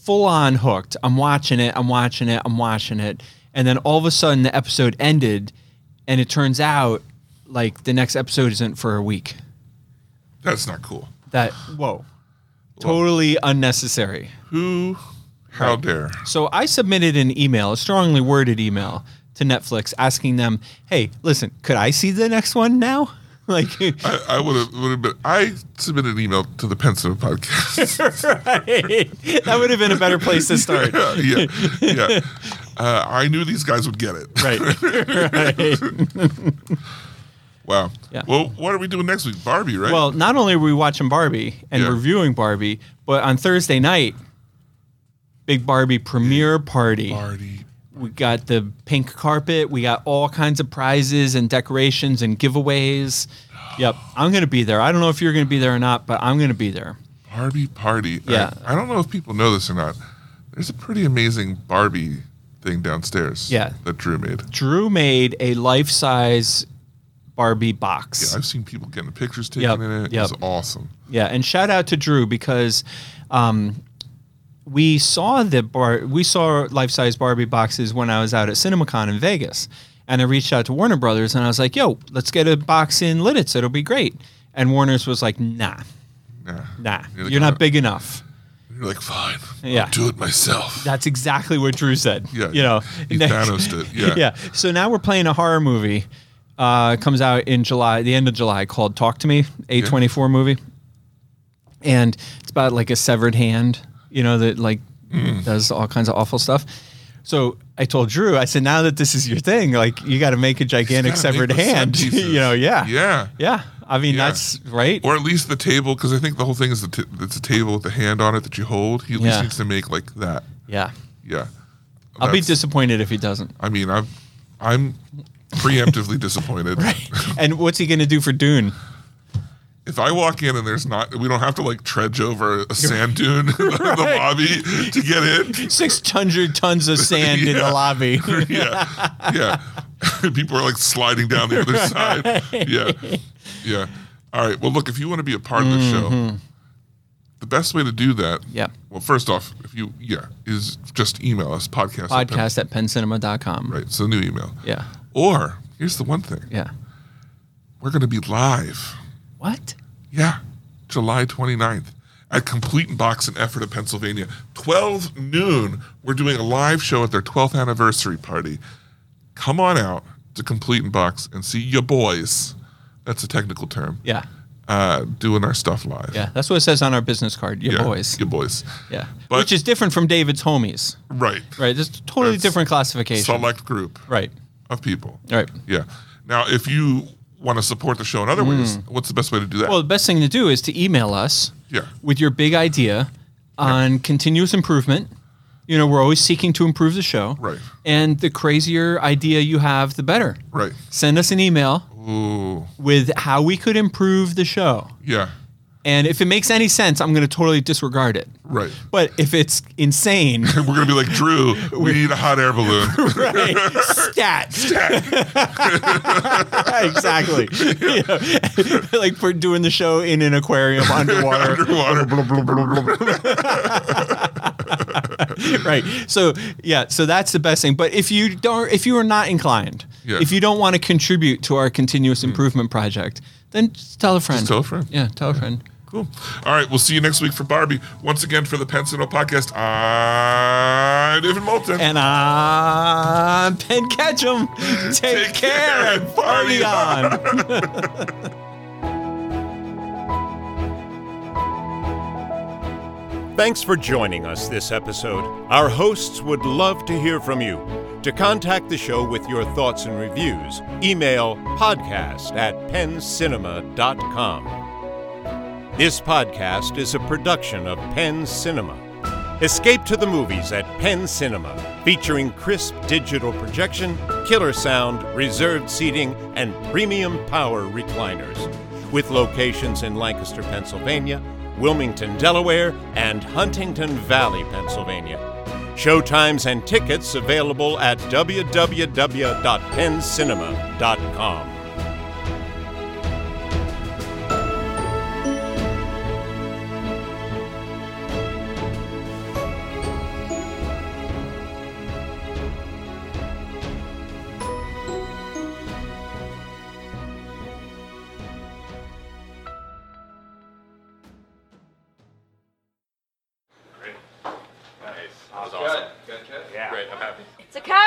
[SPEAKER 3] full on hooked. I'm watching it. I'm watching it. I'm watching it, and then all of a sudden the episode ended, and it turns out like the next episode isn't for a week.
[SPEAKER 2] That's not cool.
[SPEAKER 3] That whoa, totally unnecessary.
[SPEAKER 2] Who? How dare?
[SPEAKER 3] So I submitted an email, a strongly worded email to Netflix, asking them, "Hey, listen, could I see the next one now?" (laughs) Like.
[SPEAKER 2] I, I would have would have been. I submitted an email to the Pensive
[SPEAKER 3] (laughs)
[SPEAKER 2] podcast.
[SPEAKER 3] right. (laughs) That would have been a better place to
[SPEAKER 2] (laughs)
[SPEAKER 3] start.
[SPEAKER 2] yeah, yeah. yeah. Uh, I knew these guys would get it.
[SPEAKER 3] Right. right.
[SPEAKER 2] Wow.
[SPEAKER 3] Yeah.
[SPEAKER 2] Well, what are we doing next week? Barbie, right?
[SPEAKER 3] Well, not only are we watching Barbie and
[SPEAKER 2] Yeah.
[SPEAKER 3] reviewing Barbie, but on Thursday night, big Barbie premiere party.
[SPEAKER 2] Barbie.
[SPEAKER 3] We got the pink carpet. We got all kinds of prizes and decorations and giveaways. Yep, I'm going to be there. I don't know if you're going to be there or not, but I'm going to be there.
[SPEAKER 2] Barbie party. I-
[SPEAKER 3] Yeah.
[SPEAKER 2] I, don't know if people know this or not. There's a pretty amazing Barbie thing downstairs.
[SPEAKER 3] Yeah.
[SPEAKER 2] That Drew made.
[SPEAKER 3] Drew made a life-size Barbie box.
[SPEAKER 2] Yeah, I've seen people getting pictures taken
[SPEAKER 3] Yep,
[SPEAKER 2] in it.
[SPEAKER 3] yep.
[SPEAKER 2] It's awesome.
[SPEAKER 3] Yeah, and shout out to Drew because um, we saw the bar, we saw life size Barbie boxes when I was out at CinemaCon in Vegas, and I reached out to Warner Brothers and I was like, "Yo, let's get a box in Lidditz. It'll be great." And Warner's was like, "Nah,
[SPEAKER 2] Yeah.
[SPEAKER 3] nah,
[SPEAKER 2] You're
[SPEAKER 3] you're,
[SPEAKER 2] like, "Uh,
[SPEAKER 3] not big enough."
[SPEAKER 2] You're like, fine.
[SPEAKER 3] Yeah.
[SPEAKER 2] I'll do it myself.
[SPEAKER 3] That's exactly what Drew said.
[SPEAKER 2] Yeah,
[SPEAKER 3] you know, (laughs)
[SPEAKER 2] he Thanos'd it, yeah.
[SPEAKER 3] So now we're playing a horror movie. Uh, comes out in July, the end of July, called "Talk to Me," a twenty four movie, and it's about like a severed hand, you know, that like
[SPEAKER 2] Mm.
[SPEAKER 3] does all kinds of awful stuff. So I told Drew, I said, now that this is your thing, like you got to make a gigantic
[SPEAKER 2] Gotta make
[SPEAKER 3] severed
[SPEAKER 2] the
[SPEAKER 3] hand, (laughs)
[SPEAKER 2] set pieces.
[SPEAKER 3] you know, yeah,
[SPEAKER 2] Yeah.
[SPEAKER 3] yeah. I mean,
[SPEAKER 2] Yeah.
[SPEAKER 3] that's right.
[SPEAKER 2] or at least the table because I think the whole thing is the t- it's a table with the hand on it that you hold. He at least
[SPEAKER 3] Yeah.
[SPEAKER 2] needs to make like that.
[SPEAKER 3] yeah.
[SPEAKER 2] Yeah,
[SPEAKER 3] I'll be
[SPEAKER 2] That's-
[SPEAKER 3] disappointed if
[SPEAKER 2] (laughs)
[SPEAKER 3] he doesn't.
[SPEAKER 2] I mean, I'm I'm preemptively (laughs) disappointed.
[SPEAKER 3] and what's he going to do for Dune?
[SPEAKER 2] If I walk in and there's not, we don't have to like trudge
[SPEAKER 3] (laughs)
[SPEAKER 2] over a sand dune (laughs) in the, the lobby to get in.
[SPEAKER 3] 600
[SPEAKER 2] (laughs)
[SPEAKER 3] tons of sand in
[SPEAKER 2] Yeah. (laughs)
[SPEAKER 3] the lobby.
[SPEAKER 2] Yeah, yeah. (laughs) People are like sliding down the other side. Yeah, yeah. All right. Well, look, if you want to be a part of the show, the best way to do that.
[SPEAKER 3] Yep.
[SPEAKER 2] Well, first off, if you yeah, is just email us podcast at Pen-
[SPEAKER 3] Podcast at pencinema.com.
[SPEAKER 2] Right. So new email.
[SPEAKER 3] Yeah.
[SPEAKER 2] Or here's the one thing.
[SPEAKER 3] Yeah.
[SPEAKER 2] We're going to be live.
[SPEAKER 3] What?
[SPEAKER 2] Yeah. July 29th at Complete and Box in Effort of Pennsylvania. 12 noon. We're doing a live show at their 12th anniversary party. Come on out to Complete and Box and see your boys. That's a technical term.
[SPEAKER 3] Yeah.
[SPEAKER 2] Uh, doing our stuff live.
[SPEAKER 3] Yeah. That's what it says on our business card. Your
[SPEAKER 2] Yeah,
[SPEAKER 3] boys.
[SPEAKER 2] Your boys.
[SPEAKER 3] Yeah.
[SPEAKER 2] But-
[SPEAKER 3] Which is different from David's homies.
[SPEAKER 2] Right.
[SPEAKER 3] Right. There's totally
[SPEAKER 2] That's
[SPEAKER 3] different classification.
[SPEAKER 2] Select group
[SPEAKER 3] right.
[SPEAKER 2] of people.
[SPEAKER 3] Right.
[SPEAKER 2] Yeah. Now, if you want to support the show in other ways, what's the best way to do that?
[SPEAKER 3] Hmm. Well, the best thing to do is to email us
[SPEAKER 2] yeah.
[SPEAKER 3] with your big idea on continuous improvement. You know, we're always seeking to improve the show.
[SPEAKER 2] Right.
[SPEAKER 3] And the crazier idea you have, the better.
[SPEAKER 2] Right.
[SPEAKER 3] Send us an email
[SPEAKER 2] Ooh.
[SPEAKER 3] with how we could improve the show.
[SPEAKER 2] Yeah.
[SPEAKER 3] And if it makes any sense, I'm going to totally disregard it.
[SPEAKER 2] Right.
[SPEAKER 3] But if it's
[SPEAKER 2] (laughs)
[SPEAKER 3] insane, (laughs)
[SPEAKER 2] We're gonna be like Drew. We need a hot air balloon.
[SPEAKER 3] right? Stat. (laughs) exactly. (laughs) You know, like for doing the show in
[SPEAKER 2] (laughs)
[SPEAKER 3] an aquarium underwater.
[SPEAKER 2] Underwater.
[SPEAKER 3] right. So yeah, so that's the best thing. But if you don't if you are not inclined,
[SPEAKER 2] Yeah. Mm.
[SPEAKER 3] if you don't want to contribute to our continuous improvement project, then just tell a friend.
[SPEAKER 2] tell a friend.
[SPEAKER 3] Yeah, tell a friend.
[SPEAKER 2] Cool. All right. We'll see you next week for Barbie. Once again for the Pensino podcast. I'm David Moulton.
[SPEAKER 3] And I'm Penn
[SPEAKER 2] (laughs)
[SPEAKER 3] Ketchum. Take,
[SPEAKER 2] Take
[SPEAKER 3] care,
[SPEAKER 2] care
[SPEAKER 3] and party on.
[SPEAKER 1] Thanks for joining us this episode. Our hosts would love to hear from you. To contact the show with your thoughts and reviews, email podcast at penncinema.com. This podcast is a production of Penn Cinema. Escape to the movies at Penn Cinema, featuring crisp digital projection, killer sound, reserved seating, and premium power recliners. With locations in Lancaster, Pennsylvania, Wilmington, Delaware, and Huntington Valley, Pennsylvania. Showtimes and tickets available at www.penncinema.com.
[SPEAKER 5] That was awesome. Good. Great. I'm happy.
[SPEAKER 6] It's a cat.